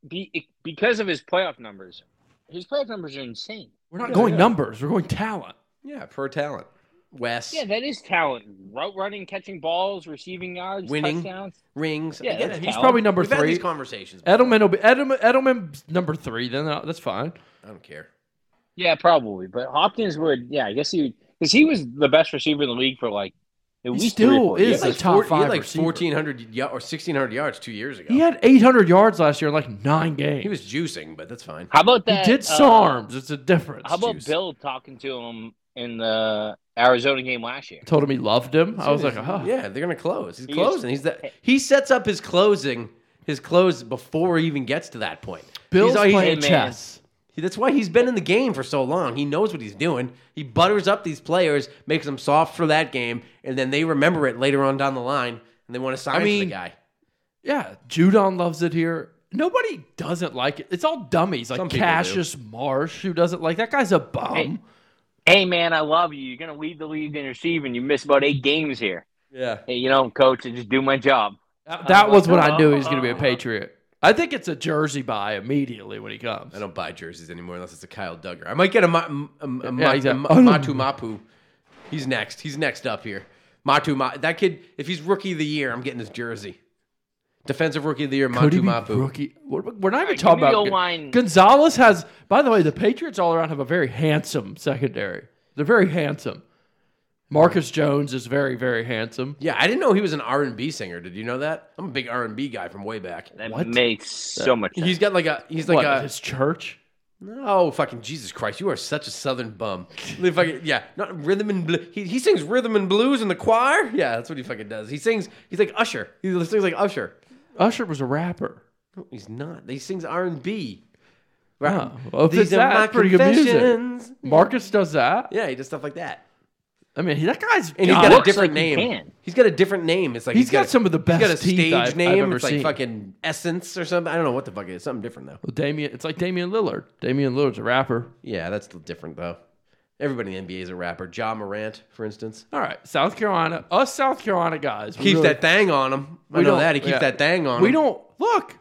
S5: be, because of his playoff numbers, his playoff numbers are insane.
S4: We're not
S3: Yeah,
S4: going
S3: yeah.
S4: numbers. We're going talent.
S3: Yeah, pure talent. Wes
S5: Yeah, that is talent. Route running, catching balls, receiving yards,
S3: Winning.
S5: touchdowns.
S3: rings.
S5: Yeah,
S3: I get
S5: that's
S3: it.
S5: talent.
S4: Probably number
S3: Oh, We've had
S4: three.
S3: these conversations. but
S4: Edelman will be Edelman, Edelman's number three. Then uh, that's fine.
S3: I don't care.
S5: Yeah, probably. But Hopkins would. Yeah, I guess he because he was the best receiver in the league for like at
S4: He
S5: least three
S4: still
S5: or four
S4: is
S5: years.
S4: a top
S3: he had
S4: five
S3: like
S4: receiver.
S3: fourteen hundred y- or sixteen hundred yards two years ago.
S4: He had 800 yards last year in like nine games.
S3: he was juicing, but that's fine.
S5: How about
S4: He
S5: that?
S4: did
S5: uh,
S4: SARMs. It's a difference.
S5: How about
S3: juice.
S5: Bill talking to him in the Arizona game last year?
S4: Told him he loved him. I was like, huh.
S3: Yeah, they're gonna close. He's
S5: He is-
S3: closing. He's that. He sets up his closing, his close before he even gets to that point.
S4: Bill's
S3: he's, he's-
S4: playing
S5: Hey, man.
S4: chess.
S3: he- that's why he's been in the game for so long. He knows what he's doing. He butters up these players, makes them soft for that game, and then they remember it later on down the line, and they want to sign
S4: I
S3: for
S4: mean-
S3: the guy.
S4: Yeah, Judon loves it here. Nobody doesn't like it. It's all dummies. Like
S3: Some people do.
S4: Cassius Marsh, who doesn't like that guy's a bum.
S5: Hey. Hey, man, I love you. You're gonna lead the league in receiving. You missed about eight games here.
S3: Yeah,
S5: Hey, you know, coach, I just do my job.
S4: That, that
S5: uh,
S4: was when I knew he was going to be a Patriot. I think it's a jersey buy immediately when he comes.
S3: I don't buy jerseys anymore unless it's a Kyle Duggar. I might get a, Ma- m- a, a, Ma-
S4: he's a-
S3: a Ma- Matu Mapu. He's next. He's next up here. Matu Ma- that kid. If he's rookie of the year, I'm getting his jersey. Defensive rookie of the year,
S4: Could he
S3: Matu
S4: be
S3: Mapu.
S4: rookie? We're, we're not even
S5: right,
S4: talking
S5: give me the
S4: about
S5: O-line.
S4: Gonzalez has. By the way, the Patriots all around have a very handsome secondary. They're very handsome. Marcus Jones is very very handsome.
S3: Yeah, I didn't know he was an R and B singer. Did you know that? I'm a big R and B guy from way back.
S5: That
S4: What?
S5: makes so much sense.
S3: He's got like a he's like
S4: what
S3: a
S4: his church?
S3: oh fucking Jesus Christ! You are such a Southern bum. Like, fucking- yeah, not rhythm and blues. He, he sings rhythm and blues in the choir. Yeah, that's what he fucking does. He sings. He's like Usher. He sings like Usher.
S4: Usher was a rapper.
S3: No, he's not. He sings R and B. Right.
S4: well, if it's
S3: are
S4: that,
S3: my
S4: it's pretty good music.
S3: confessions.
S4: Marcus does that.
S3: Yeah, he does stuff like that.
S4: I mean, he- that guy's
S3: And he's
S4: God,
S3: got a
S5: looks
S3: different
S5: like he
S3: name.
S5: can.
S3: He's got a different name. It's like
S4: he's got some of the best
S3: He's got a
S4: teeth
S3: stage
S4: I've,
S3: name.
S4: I've ever
S3: it's
S4: seen.
S3: like fucking Essence or something. I don't know what the fuck it is. Something different though.
S4: Well, Damian, it's like Damian Lillard. Damian Lillard's a rapper.
S3: Yeah, that's different though. Everybody in the NBA is a rapper. Ja Morant, for instance,
S4: All right, South Carolina, us South Carolina guys we
S3: keeps
S4: really-
S3: that thing on him. I
S4: we
S3: know
S4: don't-
S3: that he keeps
S4: yeah.
S3: that thing on.
S4: We
S3: him.
S4: don't look.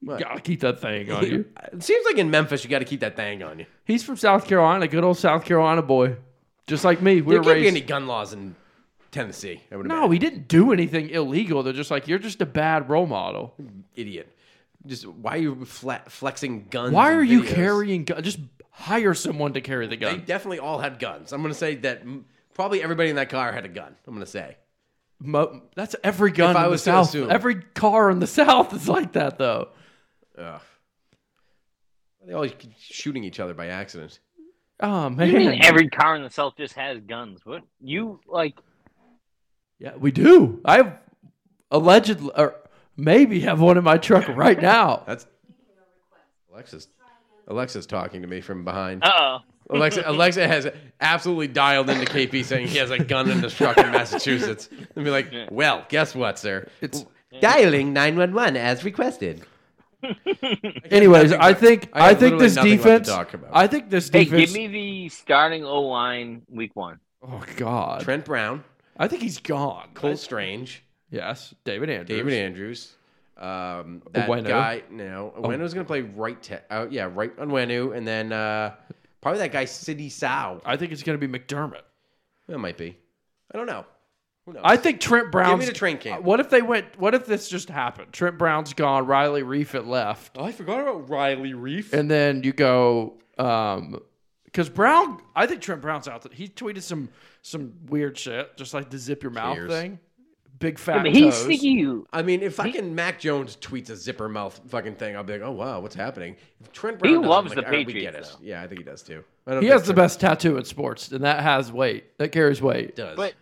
S4: You
S3: What?
S4: gotta keep that
S3: [laughs]
S4: thing on you.
S3: It seems like in Memphis, you got to keep that thing on you.
S4: He's from South Carolina, good old South Carolina boy, just like me. We
S3: There
S4: were
S3: can't
S4: raised.
S3: be any gun laws in Tennessee. I would
S4: no,
S3: imagine.
S4: he didn't do anything illegal. They're just like you're just a bad role model.
S3: idiot. Just why are you fla flexing guns?
S4: Why
S3: in
S4: are you
S3: videos?
S4: carrying gun? Just hire someone to carry the
S3: They
S4: gun.
S3: definitely all had guns. I'm gonna say that m- probably everybody in that car had a gun. I'm gonna say.
S4: Mo- that's every gun
S3: If
S4: in
S3: I
S4: the
S3: was to
S4: South.
S3: assume.
S4: Every car in the [laughs] South is like that, though.
S3: Ugh. They always keep shooting each other by accident.
S4: Oh
S5: You mean
S4: man,
S5: every car in the South just has guns? What you like?
S4: yeah, we do. I have allegedly, or maybe have one in my truck right
S3: [laughs]
S4: now.
S3: That's Alexis. Alexa's talking to me from behind.
S5: Uh oh.
S3: Alexa, Alexa has absolutely dialed into KP saying he has a gun in his truck in Massachusetts. And be like, well, guess what, sir? It's dialing 911 as requested.
S4: Anyways,
S3: nothing
S4: I
S3: left-
S4: think
S3: I have
S4: I, think
S3: literally
S4: this
S3: nothing left to
S4: defense.
S3: talk about.
S4: I think this
S5: Hey,
S4: defense.
S5: give me the starting O line week one.
S4: oh God,
S3: Trent Brown,
S4: I think he's gone.
S3: Cole Strange,
S4: Yes, David Andrews.
S3: David Andrews. Um, that
S4: Owenu.
S3: guy now. Owenu's going to play right. Te- uh, yeah, right on Wenu, and then uh, probably that guy City Sow.
S4: I think it's going to be McDermott.
S3: That might be. I don't know. Who knows?
S4: I think Trent Brown's.
S3: the train camp.
S4: What if they went? What if this just happened? Trent Brown's gone. Riley Reef at left,
S3: Oh, I forgot about Riley Reef.
S4: and then you go. um because Brown, I think Trent Brown's out. There. He tweeted some some weird shit, just like the zip your mouth
S3: Cheers.
S4: thing. Big
S5: Yeah,
S4: fat.
S5: but he's
S4: toes.
S5: sticky.
S3: I mean, if fucking Mac Jones tweets a zipper mouth fucking thing, I'll be like, oh wow, what's happening? If Trent Brown does it, I'm
S5: loves
S3: like,
S5: the
S3: all right, we
S5: Patriots,
S3: get it.
S5: though.
S3: Yeah, I think he does too. I don't
S4: He
S3: think
S4: has the
S3: Trent
S4: best tattoo in sports, and that has weight. That carries weight.
S3: Does
S5: But-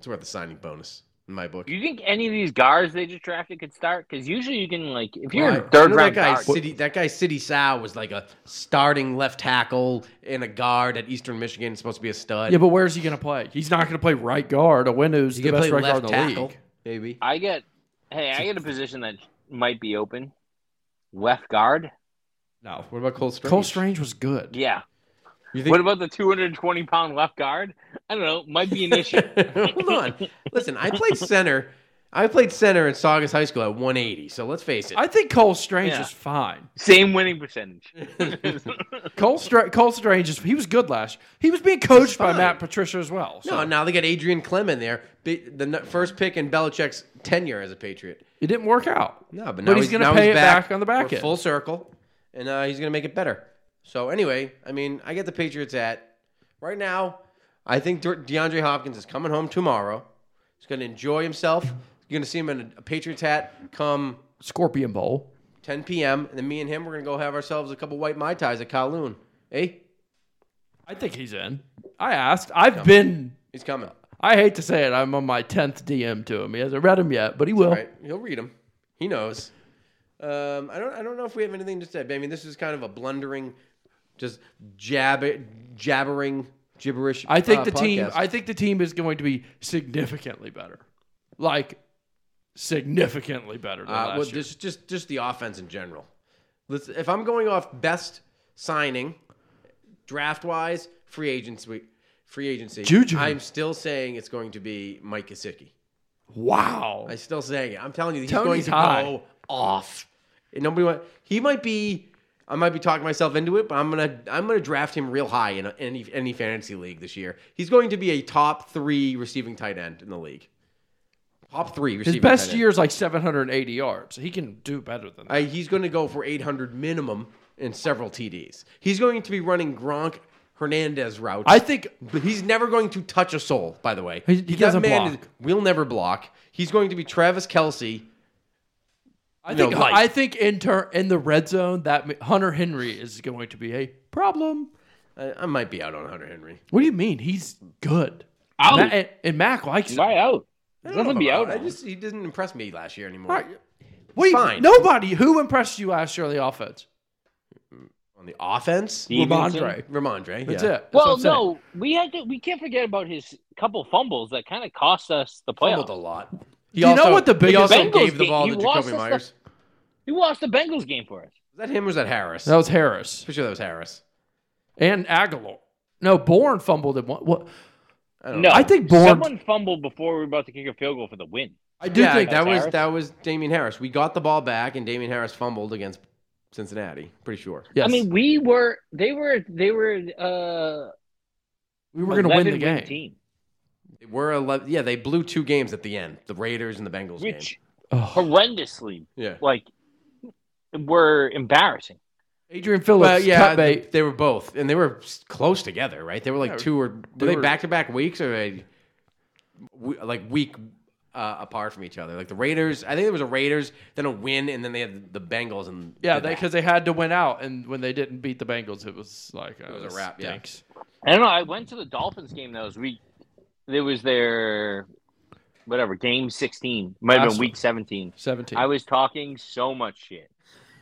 S3: it's worth the signing bonus in my book.
S5: Do you think any of these guards they just drafted could start? Because usually you can like if you're
S3: Well,
S5: in
S3: I-
S5: third
S3: you know
S5: round
S3: that guy,
S5: guard,
S3: City, that guy City Sow was like a starting left tackle and a guard at Eastern Michigan. Supposed to be a stud.
S4: Yeah, but where's he going to play? He's not going to play right guard. A Windows
S3: he
S4: the
S3: could
S4: best
S3: play
S4: right guard
S3: left
S4: in the
S3: tackle,
S4: league.
S3: maybe.
S5: I get hey, I get a position that might be open. Left guard?
S4: No,
S3: What about Cole Strange?
S4: Cole Strange was good.
S5: Yeah.
S3: You
S5: What about the 220 pound left guard? I don't know. Might be
S3: [laughs]
S5: an issue.
S3: Hold on. Listen, I played center. I played center at Saugus High School at 180. So let's face it.
S4: I think Cole Strange
S5: Yeah.
S4: is fine.
S5: Same winning
S3: [laughs]
S5: percentage.
S4: Cole, Stra- Cole Strange is he was good last. year. He was being coached by
S3: fine.
S4: Matt Patricia as well. So
S3: No, now they got Adrian Clem in there. Be- The n- first pick in Belichick's tenure as a Patriot.
S4: it didn't work out.
S3: No, but now
S4: he's
S3: going
S4: gonna
S3: to
S4: pay it back on the back end.
S3: full circle, and uh, he's going to make it better. So anyway, I mean, I get the Patriots at right now. I think De- DeAndre Hopkins is coming home tomorrow. He's going to enjoy himself. You're going to see him in a- a Patriots hat come
S4: Scorpion Bowl.
S3: 10 p.m. And then me and him, we're going to go have ourselves a couple white mai tais at Kowloon. Eh? Hey,
S4: I think he's in. I asked. I've been.
S3: he's coming.
S4: I hate to say it. I'm on my tenth DM to him. He hasn't read him yet, but he will.
S3: All right, he'll read them. He knows. Um, I don't. I don't know if we have anything to say. but I mean, this is kind of a blundering, just jab jabbering gibberish.
S4: I think
S3: uh,
S4: the team.
S3: podcast.
S4: I think the team is going to be significantly better, like significantly better than
S3: Uh,
S4: last
S3: well,
S4: year.
S3: just just just the offense in general. Let's, if I'm going off best signing, draft wise, free agency, free agency.
S4: Juju.
S3: I'm still saying it's going to be Mike Kosicki.
S4: wow,
S3: I'm still saying it. I'm telling you, he's
S4: Tony's
S3: going to
S4: high.
S3: go off. And nobody want. He might be. I might be talking myself into it, but I'm gonna I'm gonna draft him real high in any any fantasy league this year. He's going to be a top three receiving tight end in the league. Top three
S4: his
S3: receiving. tight
S4: best
S3: end.
S4: year is like 780 yards. He can do better than that.
S3: I, he's going to go for 800 minimum and several TDs. He's going to be running Gronk Hernandez routes.
S4: I think
S3: But he's never going to touch a soul, by the way.
S4: He- he
S3: That
S4: doesn't
S3: man
S4: block.
S3: is- will never block. He's going to be Travis Kelsey.
S4: I
S3: No,
S4: think
S3: Mike.
S4: I think in turn in the red zone that m- Hunter Henry is going to be a problem.
S3: I, I might be out on Hunter Henry.
S4: What do you mean? He's good.
S5: Out.
S4: Ma- and, and Mac likes him.
S5: Why out?
S3: I don't know
S5: Nothing
S3: if
S5: be
S3: I'm
S5: out.
S3: I
S5: on.
S3: just he didn't impress me last year anymore.
S4: All right. Wait,
S3: fine.
S4: nobody who impressed you last year on the offense.
S3: on the offense.
S5: Stevenson?
S4: Ramondre.
S3: Ramondre.
S4: That's
S3: yeah.
S4: it. That's
S5: Well,
S4: what I'm saying.
S5: no, we had to. We can't forget about his couple fumbles that kind of cost us the playoffs.
S3: Fumbled a lot.
S4: Do you know what the
S3: He
S4: biggest-
S3: also
S5: Bengals
S3: gave the
S5: game-
S3: ball
S5: he
S3: to
S5: lost
S3: Jacoby
S5: us the-
S3: Myers.
S5: He lost the Bengals game for us.
S3: Was that him or was that Harris?
S4: That was Harris
S3: Pretty sure that was Harris.
S4: and Aguilar. No, Bourne fumbled it. One, what?
S3: I don't
S5: No,
S3: know.
S4: I think Bourne-
S5: Someone fumbled before we were about to kick a field goal for the win.
S4: I do
S3: yeah,
S4: think
S3: that
S5: that's
S3: was
S5: Harris.
S3: that was Damien Harris. We got the ball back, and Damien Harris fumbled against Cincinnati. Pretty sure.
S4: Yes,
S5: I mean, we were. They were. They were. Uh,
S4: we were going to win the
S5: 11-win
S4: game.
S5: Team,
S3: They were eleven. Yeah, they blew two games at the end. The Raiders and the Bengals game.
S5: which
S4: Oh.
S5: horrendously,
S3: Yeah.
S5: like, were embarrassing.
S4: Adrian Phillips,
S3: Well, yeah,
S4: cut
S3: they,
S4: bait.
S3: they were both, and they were s- close together, right? They were like
S4: Yeah,
S3: two or were
S4: they
S3: they
S4: were-
S3: back to back weeks or a, we- like week uh, apart from each other? Like the Raiders, I think there was a Raiders, then a win, and then they had the Bengals and
S4: yeah,
S3: the back.
S4: because they, had to win out, and when they didn't beat the Bengals, it was like uh,
S3: was a wrap, yeah.
S5: I don't know. I went to the Dolphins game that was week. There was their whatever game sixteen. Might have been
S4: Last
S5: week seventeen.
S4: Seventeen.
S5: I was talking so much shit,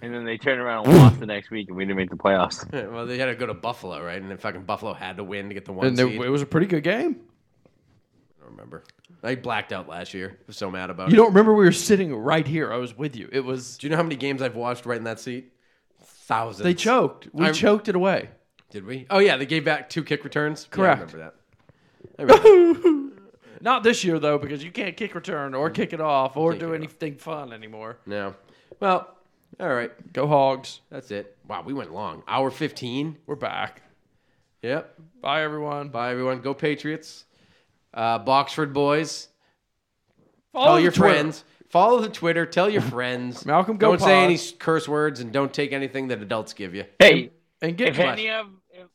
S5: and then they turned around and lost the next week, and we didn't make the playoffs.
S3: [laughs] well they had to go to Buffalo, right? And then fucking Buffalo had to win to get the one
S4: and they,
S3: seed.
S4: it was a pretty good game.
S3: I don't remember. I blacked out last year. I was so mad about
S4: You
S3: it.
S4: don't remember we were sitting right here. I was with you. It was
S3: Do you know how many games I've watched right in that seat? Thousands.
S4: they choked. We
S3: I'm-
S4: choked it away.
S3: Did we? Oh yeah, they gave back two kick returns. Yeah,
S4: Correct.
S3: I remember that. I remember.
S4: Not this year though, because you can't kick return or kick it off or
S3: Can't
S4: do
S3: Mm. kick it
S4: anything fun anymore.
S3: no. Well, all right.
S4: Go Hogs.
S3: That's it. Wow, we went long. Hour 15.
S4: We're back.
S3: Yep.
S4: Bye everyone.
S3: Bye, everyone. Go Patriots. Uh, Boxford boys.
S4: Follow
S3: Tell
S4: the
S3: your
S4: Twitter.
S3: friends. Follow the Twitter. Tell
S4: [laughs]
S3: your friends.
S4: Malcolm, go
S3: Don't say
S4: Pod.
S3: any s- curse words and don't take anything that adults give you. [laughs]
S5: Hey,
S4: and get
S5: if
S4: Bye.
S5: any of if,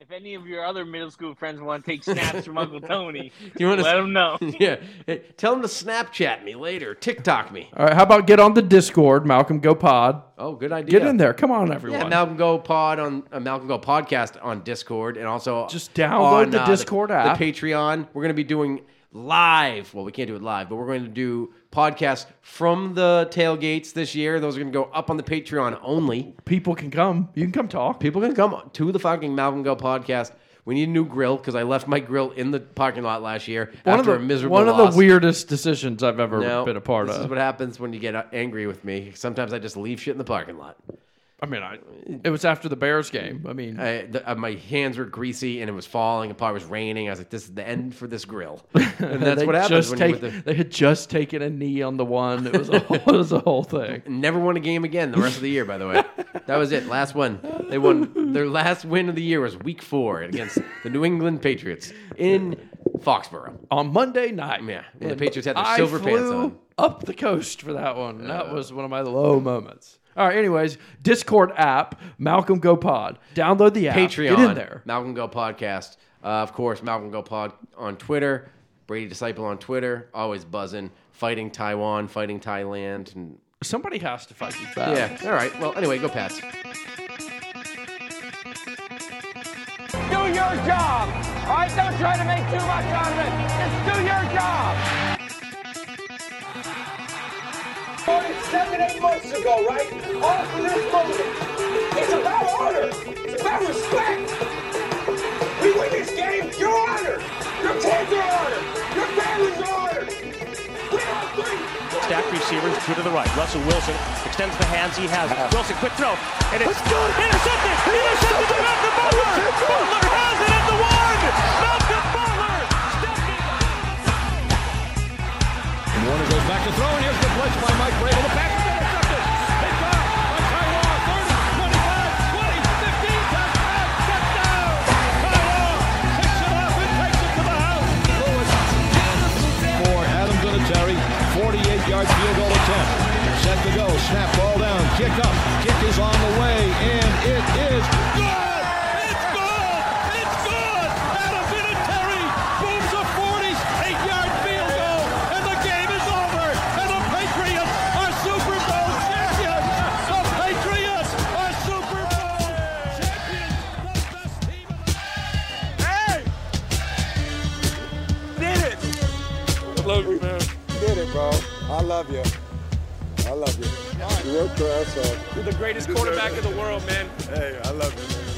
S5: if any of your other middle school friends want to take snaps from Uncle Tony,
S3: You want
S5: let
S3: to?
S5: them know.
S3: Yeah. Hey, tell them to Snapchat me later. TikTok me.
S4: All right, how about get on the Discord, Malcolm Go Pod.
S3: Oh, good idea.
S4: Get in there. Come on everyone.
S3: Yeah, Malcolm Go Pod on uh, Malcolm Go podcast on Discord, and also
S4: Just download
S3: on, uh,
S4: the Discord app.
S3: the Patreon. We're going to be doing live. Well, we can't do it live, but we're going to do podcasts from the tailgates this year. Those are going to go up on the Patreon only.
S4: People can come. You can come talk.
S3: People can come to the fucking Malcolm Go podcast. We need a new grill because I left my grill in the parking lot last year
S4: one of
S3: after
S4: the
S3: a miserable
S4: one of
S3: loss.
S4: the weirdest decisions I've ever
S3: No,
S4: been a part
S3: this
S4: of.
S3: is what happens when you get uh, angry with me. Sometimes I just leave shit in the parking lot.
S4: I mean, I, it was after the Bears game. I mean,
S3: I, the, uh, my hands were greasy and it was falling apart. It was raining. I was like, "This is the end for this
S4: [laughs]
S3: grill." And that's
S4: they
S3: what happens
S4: just
S3: when
S4: take-
S3: you with
S4: they had just taken a knee on the one. It was a whole, [laughs] it was a whole thing.
S3: the, never won a game again the rest of the year. By the way, that was it. Last one. They won their last win of the year was Week Four against the New England Patriots in Foxborough.
S4: On Monday night,
S3: Yeah, and the Patriots had their
S4: I
S3: silver pants
S4: flew
S3: on. Uh.
S4: Up the coast for that one. that was one of my low moments. All right. Anyways, Discord app, Malcolm Go Pod. Download the app.
S3: Patreon,
S4: Get in there.
S3: Malcolm Go podcast. Uh, of course, Malcolm Go Pod on Twitter. Brady Disciple on Twitter. Always buzzing, fighting Taiwan, fighting Thailand, and
S4: Somebody has to fight these battles.
S3: yeah. All right. Well, anyway, go Pats.
S6: do your job. All right, don't try to make too much out of it. Just do your job. Seven, eight months ago, right? All from this moment. It's about honor. It's about respect. We win this game, your honor. Your kids are honored. Your families are honored. We are three.
S7: Stack receivers, two to the right. Russell Wilson extends the hands he has. Wilson, quick throw. And it's intercepted. Intercepted to Malcolm Butler. Butler has it at the one. Malcolm Butler.
S8: Warner goes back to throw, and here's the blitz by Mike Brady. The pass is intercepted. It's caught by Tyrone. 30, 25, 20, 15, touchdown, touchdown. Tyrone picks it up and takes it to the house. Lewis. For Adam Vinatieri, 48-yard field goal attempt. Set to go, snap ball down, kick up. Kick is on the way, and it is good. It's good. It's good. Adam Vinatieri booms a 48-yard field goal, and the game is over. And the Patriots are Super Bowl champions. The Patriots are Super Bowl champions. The best team in the
S6: Hey! Did it!
S8: Love you, man.
S6: Did it, bro. I love you. All
S9: I love you. You work for us, so
S7: You're the greatest quarterback in the world, man.
S9: hey, I love you. man.